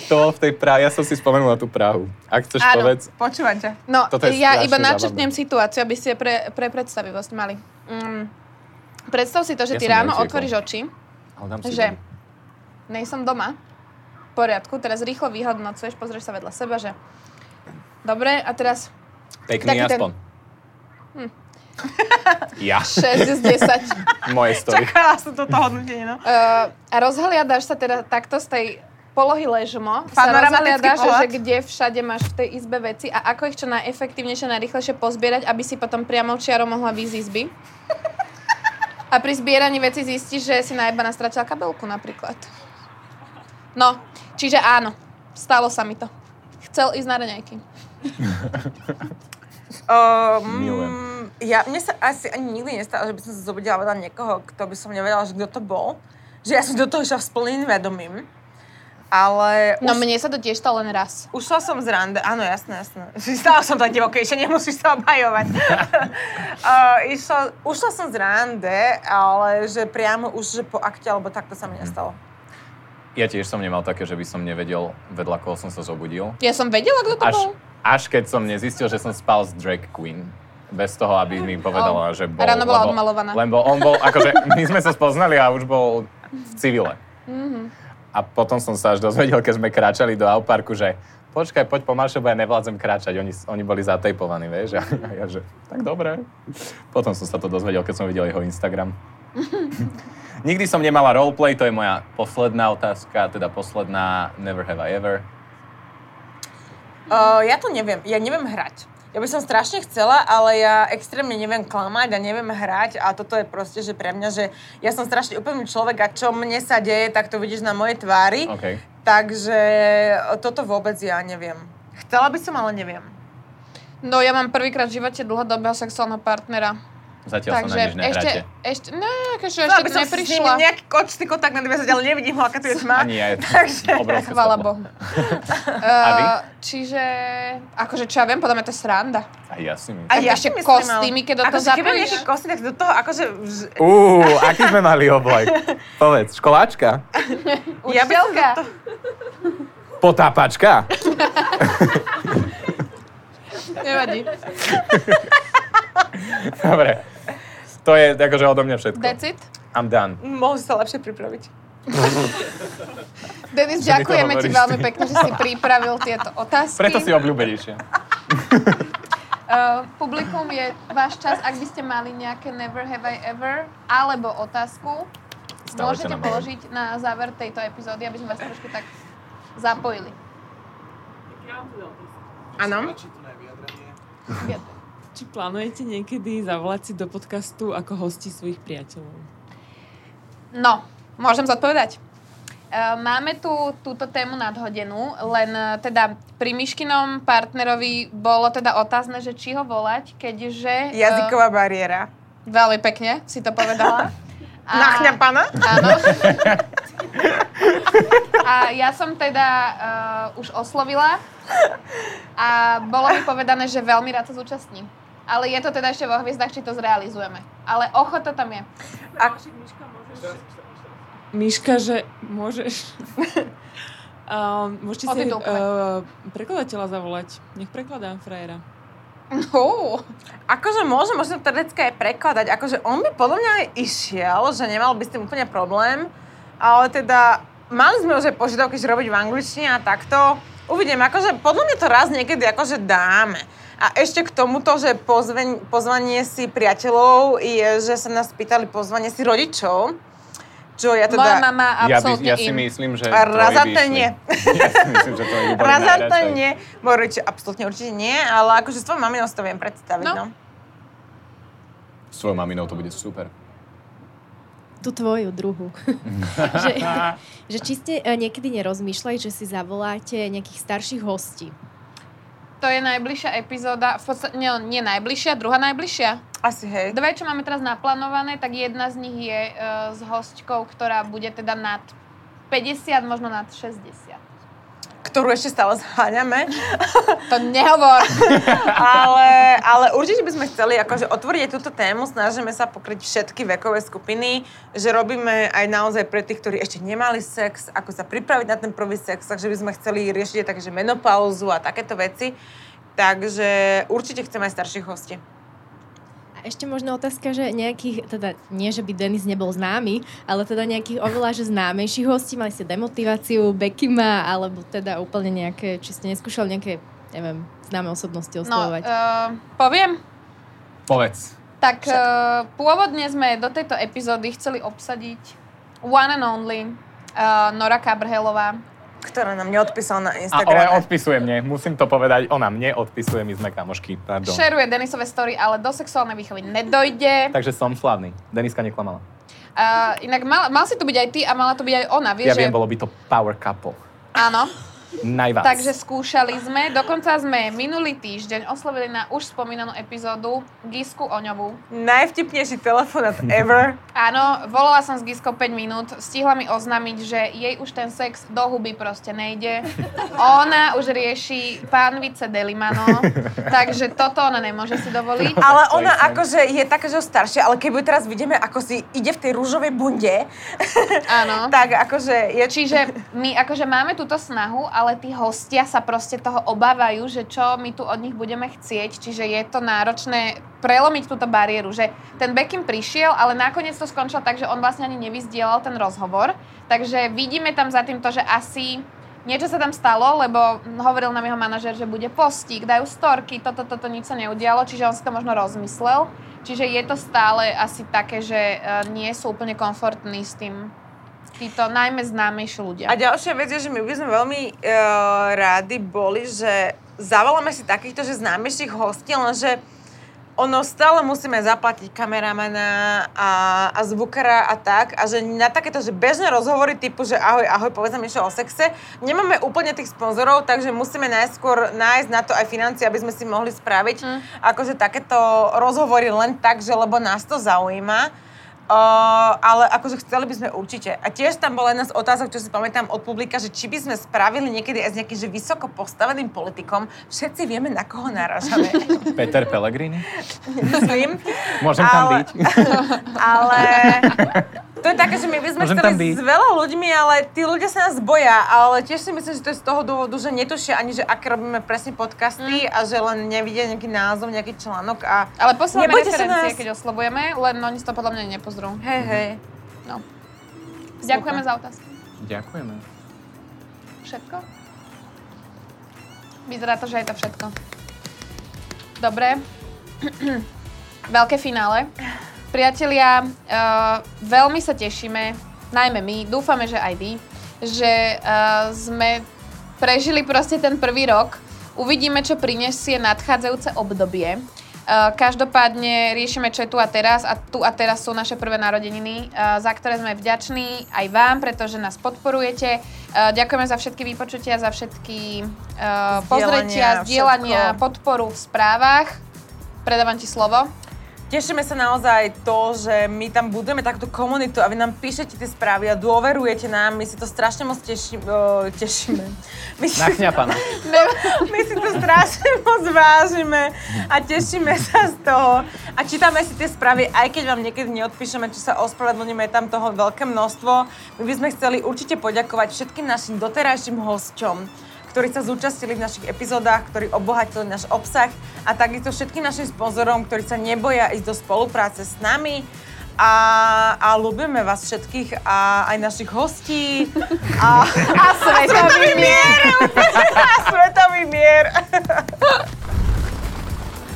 Speaker 4: to bol v tej Prahe, ja som si spomenul na tú Prahu. Ak chceš
Speaker 3: Áno.
Speaker 4: povedz.
Speaker 5: počúvam ťa.
Speaker 3: No,
Speaker 4: Toto je
Speaker 3: ja
Speaker 4: strašne
Speaker 3: iba načrtnem situáciu, aby ste pre, pre predstavivosť mali. Mm. Predstav si to, že
Speaker 4: Ja
Speaker 3: ty
Speaker 4: som
Speaker 3: ráno
Speaker 4: neutiekol.
Speaker 3: otvoríš oči,
Speaker 4: Ale dám si
Speaker 3: že
Speaker 4: vodu.
Speaker 3: nejsem doma, v poriadku, teraz rýchlo vyhodnocuješ, pozrieš sa vedľa seba, že dobre, a teraz
Speaker 4: Pekný
Speaker 3: taký ten-
Speaker 4: aspoň. Ja,
Speaker 3: 6 z 10.
Speaker 4: moje story.
Speaker 5: Čakala som toto hodnotenie, no.
Speaker 3: Uh, a rozhliadaš sa teda takto z tej polohy ležmo, sa
Speaker 5: Panoramatický
Speaker 3: rozhliadaš,
Speaker 5: pohľad.
Speaker 3: že kde všade máš v tej izbe veci a ako ich čo najefektívnejšie, najrychlejšie pozbierať, aby si potom priamou čiarou mohla výjsť z izby. A pri zbieraní veci zistíš, že si na najeba nastračila kabelku napríklad. No, čiže áno, stalo sa mi to. Chcel ísť na raňajky.
Speaker 4: Milujem.
Speaker 5: Um, ja, mne sa asi ani nikdy nestalo, že by som sa zobudila vedľa niekoho, kto by som nevedela, že kto to bol. Že ja som do toho išla s plným vedomím. Ale
Speaker 3: No
Speaker 5: už,
Speaker 3: mne sa to tiež stalo len raz.
Speaker 5: ušla som z rande, áno, jasné, jasné. [laughs] Stala som tak divokejšia, nemusíš sa obhajovať. uh, išla, ušla som z rande, ale že priamo už že po akte, alebo tak to sa mi nestalo.
Speaker 4: Ja tiež som nemal také, že by som nevedel, vedľa koho som sa zobudil.
Speaker 3: Ja som vedela, kto to bol.
Speaker 4: Až, až keď som nezistil, že som spal s drag queen. Bez toho, aby mi
Speaker 3: Oh.
Speaker 4: povedala, že bol.
Speaker 3: A ráno bola
Speaker 4: lebo-
Speaker 3: odmalovaná.
Speaker 4: Lebo on bol, akože my sme sa spoznali a už bol v civile.
Speaker 3: Mhm.
Speaker 4: A potom som sa až dozvedel, keď sme kráčali do Auparku, že počkaj, poď pomalšie, bo ja nevládzem kráčať. Oni, oni boli zatejpovaní, vieš. A ja že, tak dobre. Potom som sa to dozvedel, keď som videl jeho
Speaker 3: [laughs]
Speaker 4: Instagram. Nikdy som nemala roleplay, to je moja posledná otázka, teda posledná Never Have I Ever.
Speaker 5: Uh, ja to neviem. Ja neviem hrať. Ja by som strašne chcela, ale ja extrémne neviem klamať a neviem hrať a toto je proste, že pre mňa, že ja som strašne úplný človek a čo mne sa deje, tak to vidíš na mojej tvári.
Speaker 4: OK.
Speaker 5: Takže toto vôbec ja neviem. Chcela by som, ale neviem.
Speaker 3: No ja mám prvýkrát v živote dlhodobého sexuálneho partnera.
Speaker 4: S Zatiaľ sa na nič
Speaker 3: Takže ešte,
Speaker 4: nehráte.
Speaker 3: ešte, no, akože
Speaker 5: Chcela
Speaker 3: ešte
Speaker 5: by som s ním
Speaker 3: neprišla.
Speaker 5: nejaký kočný kontakt nadviazať, ale nevidím ho, aká tu je tma.
Speaker 4: Ani ja,
Speaker 3: [laughs]
Speaker 4: je to
Speaker 5: Takže-
Speaker 4: obrovské
Speaker 3: Chvala
Speaker 4: svetlo. [laughs]
Speaker 3: Bohu.
Speaker 4: A vy?
Speaker 3: Eh, čiže, akože čo ja viem, podľa mňa to je sranda.
Speaker 4: A ja si myslím.
Speaker 5: A
Speaker 3: Tak
Speaker 5: ja si
Speaker 3: ešte
Speaker 5: myslím, ale-
Speaker 3: kostýmy, keď do toho
Speaker 5: akože keď budú
Speaker 3: zapojíš.
Speaker 5: nejaké kostýmy, tak do toho akože... vž-
Speaker 4: Uú, aký sme mali
Speaker 3: [laughs]
Speaker 4: oblek? Povedz, školáčka?
Speaker 5: Ja by som do
Speaker 3: Učiteľka.
Speaker 5: toho...
Speaker 4: Potápačka?
Speaker 3: Nevadí.
Speaker 4: Dobre. To je akože odo mňa všetko.
Speaker 3: That's it.
Speaker 4: I'm done.
Speaker 5: Mohol si sa lepšie pripraviť.
Speaker 3: Denis,
Speaker 4: Že mi to
Speaker 3: ďakujeme ti
Speaker 4: hovoríš
Speaker 3: veľmi
Speaker 4: ty.
Speaker 3: pekne, že si pripravil tieto otázky.
Speaker 4: Preto si obľúbenejšia.
Speaker 3: Uh, publikum je váš čas, ak by ste mali nejaké never have I ever alebo otázku,
Speaker 4: Stále čo
Speaker 3: môžete
Speaker 4: nám hovorí.
Speaker 3: položiť na záver tejto epizódy, aby sme vás trošku tak zapojili.
Speaker 2: Áno.
Speaker 7: Či plánujete niekedy zavolať si do podcastu ako hosti svojich priateľov?
Speaker 3: No, môžem zodpovedať. Eh, Máme tu túto tému nadhodenú, len eh, teda pri Miškinom partnerovi bolo teda otázne, že či ho volať, keďže... eh,
Speaker 5: Jazyková bariéra.
Speaker 3: veľmi pekne si to povedala. A-
Speaker 5: Nachňapaná?
Speaker 3: Áno. A ja som teda uh, už oslovila a bolo mi povedané, že veľmi rád sa zúčastní. Ale je to teda ešte vo hviezdach, či to zrealizujeme. Ale ochota tam je.
Speaker 7: Miška, že môžeš... Um, môžete si
Speaker 3: Odídu úplne.
Speaker 7: uh, prekladateľa zavolať. Nech prekladá frajera.
Speaker 3: Uh,
Speaker 5: Akože môžem, možno to decka aj prekladať. Akože on by podľa mňa aj išiel, že nemal by s tým úplne problém. Ale teda mali sme už aj požiadavky, že robiť v angličtine a takto. Uvidím, akože podľa mňa to raz niekedy akože dáme. A ešte k tomuto, že pozven, pozvanie si priateľov je, že sa nás pýtali pozvanie si rodičov. Čo ja
Speaker 3: moja
Speaker 5: teda...
Speaker 3: mama
Speaker 4: Ja, by,
Speaker 3: absolútne
Speaker 4: ja si
Speaker 3: in.
Speaker 4: myslím, že
Speaker 5: A
Speaker 4: tvoji by
Speaker 5: razantne
Speaker 4: išli.
Speaker 5: nie.
Speaker 4: [laughs] Ja si myslím, že tvoji by boli
Speaker 5: Razantne
Speaker 4: najradšej.
Speaker 5: nie. Moje rodičia absolútne určite nie, ale akože s tvojou maminou si to viem predstaviť,
Speaker 3: No.
Speaker 5: no.
Speaker 4: S tvojou maminou to bude super.
Speaker 8: Tú tvoju druhu. [laughs] že, že či ste e, niekedy nerozmýšľali, že si zavoláte nejakých starších hostí?
Speaker 3: To je najbližšia epizóda, v podstate, nie, nie najbližšia, druhá najbližšia.
Speaker 5: Asi hej.
Speaker 3: Dve, čo máme teraz naplánované, tak jedna z nich je e, s hostkou, ktorá bude teda nad 50, možno nad 60.
Speaker 5: Ktorú ešte stále zháňame.
Speaker 3: To nehovor.
Speaker 5: ale, ale určite by sme chceli akože otvoriť aj túto tému, snažíme sa pokryť všetky vekové skupiny, že robíme aj naozaj pre tých, ktorí ešte nemali sex, ako sa pripraviť na ten prvý sex, takže by sme chceli riešiť aj takže menopauzu a takéto veci. Takže určite chceme aj starších hostí.
Speaker 8: A ešte možno otázka, že nejakých, teda nie, že by Denis nebol známy, ale teda nejakých oveľa že známejších hostí, mali ste demotiváciu, Bekima, alebo teda úplne nejaké, či ste neskúšali nejaké, neviem, známe osobnosti
Speaker 3: No,
Speaker 8: oslovovať.
Speaker 3: uh, poviem.
Speaker 4: Povedz.
Speaker 3: Tak uh, pôvodne sme do tejto epizódy chceli obsadiť one and only uh, Nora Kabrhelová.
Speaker 5: Ktorá nám neodpísala na
Speaker 4: A ale
Speaker 5: Instagrame.
Speaker 4: odpisuje mne, musím to povedať, ona mne odpisuje, my sme kamošky, pardon.
Speaker 3: Šeruje Denisové story, ale do sexuálnej výchovy nedojde.
Speaker 4: Takže som slavný. Deniska neklamala.
Speaker 3: Uh, inak mal, mal si tu byť aj ty a mala tu byť aj ona. Vieš,
Speaker 4: Ja viem,
Speaker 3: že...
Speaker 4: bolo by to power couple.
Speaker 3: Áno.
Speaker 4: Najviac.
Speaker 3: Takže skúšali sme, dokonca sme minulý týždeň oslovili na už spomínanú epizódu Gisku Oňovú.
Speaker 5: Najvtipnejší telefonát
Speaker 4: [laughs]
Speaker 5: ever.
Speaker 3: Áno, volala som s Giskou 5 minút, stihla mi oznámiť, že jej už ten sex do huby proste nejde. Ona už rieši pán vice Delimano, takže toto ona nemôže si dovoliť.
Speaker 5: Ale
Speaker 4: to
Speaker 5: ona
Speaker 4: isté.
Speaker 5: akože je taká, že staršia, ale keď ju teraz vidíme, ako si ide v tej rúžovej bunde,
Speaker 3: Áno.
Speaker 5: tak akože je...
Speaker 3: Čiže my akože máme túto snahu, ale tí hostia sa proste toho obávajú, že čo my tu od nich budeme chcieť, čiže je to náročné prelomiť túto bariéru, že ten Bekim prišiel, ale nakoniec to skončilo tak, že on vlastne ani nevyzdielal ten rozhovor, takže vidíme tam za tým to, že asi niečo sa tam stalo, lebo hovoril nám jeho manažer, že bude postík, dajú storky, toto, toto, nič sa neudialo, čiže on si to možno rozmyslel. Čiže je to stále asi také, že eh, nie sú úplne komfortní s tým títo najmä známejší ľudia.
Speaker 5: A ďalšia vec je, že my by sme veľmi uh, rádi boli, že zavoláme si takýchto, že známejších hostí, lenže ono stále musíme zaplatiť kameramana a, a zvukara a tak. A že na takéto že bežné rozhovory typu, že ahoj, ahoj, povedz nám niečo o sexe, nemáme úplne tých sponzorov, takže musíme najskôr nájsť na to aj financie, aby sme si mohli spraviť mm. akože takéto rozhovory len tak, že lebo nás to zaujíma. Uh, ale akože chceli by sme určite. A tiež tam bola jedna z otázok, čo si pamätám od publika, že či by sme spravili niekedy aj s nejakým že vysoko postaveným politikom. Všetci vieme, na koho naražame.
Speaker 4: Peter Pellegrini?
Speaker 5: Myslím.
Speaker 4: Môžem tam
Speaker 5: Ale-
Speaker 4: byť? [laughs]
Speaker 5: Ale to je také, že my by sme
Speaker 4: Môžem tam
Speaker 5: chceli
Speaker 4: byť.
Speaker 5: s veľa ľuďmi, ale tí ľudia sa nás boja. Ale tiež si myslím, že to je z toho dôvodu, že netušia ani, že aké robíme presne podcasty a že len nevidia nejaký názov, nejaký článok a...
Speaker 3: Ale posielame
Speaker 5: Nebojte sa
Speaker 3: referencie,
Speaker 5: nás.
Speaker 3: keď oslovujeme, len no, oni si to podľa mňa nepozrú.
Speaker 5: Hej, hej.
Speaker 3: Ďakujeme za otázky.
Speaker 4: Ďakujeme.
Speaker 3: Všetko? Vyzerá to, že je to všetko. Dobre. Veľké finále. Priatelia, eh, veľmi sa tešíme, najmä my, dúfame, že aj vy, že eh, sme prežili proste ten prvý rok. Uvidíme, čo prinesie nadchádzajúce obdobie. Eh, Každopádne riešime, čo je tu a teraz a tu a teraz sú naše prvé narodeniny, eh, za ktoré sme vďační aj vám, pretože nás podporujete. Eh, Ďakujeme za všetky vypočutia, za všetky eh, pozretia,
Speaker 5: všetko.
Speaker 3: zdieľania, podporu v správach. Predávam ti slovo.
Speaker 5: Tešíme sa naozaj to, že my tam budeme takúto komunitu a vy nám píšete tie správy a dôverujete nám. My si to strašne moc teši- eh, tešíme. My si,
Speaker 4: Nachňapaná.
Speaker 5: my si to strašne [laughs] moc vážime a tešíme sa z toho. A čítame si tie správy, aj keď vám niekedy neodpíšeme, či sa ospravedlníme, je tam toho veľké množstvo. My by sme chceli určite poďakovať všetkým našim doterajším hosťom ktorí sa zúčastnili v našich epizódach, ktorí obohatili náš obsah a takisto všetkým našim sponzorom, ktorí sa neboja ísť do spolupráce s nami a, a ľúbime vás všetkých a aj našich hostí [laughs] a, a svetový mier! A svetový mier!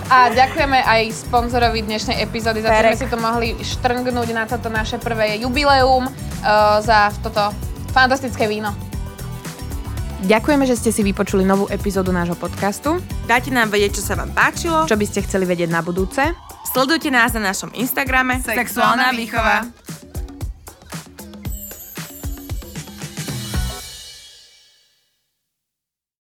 Speaker 3: A ďakujeme aj sponzorovi dnešnej epizódy, za to, že
Speaker 5: Perek.
Speaker 3: sme si to mohli štrngnúť na toto naše prvé jubileum, eh, za toto fantastické víno.
Speaker 2: Ďakujeme, že ste si vypočuli novú epizódu nášho podcastu,
Speaker 1: Dajte nám vedieť, čo sa vám páčilo.
Speaker 2: čo by ste chceli vedieť na budúce.
Speaker 1: Sledujte nás na našom Instagrame
Speaker 5: Sexuálna výchova.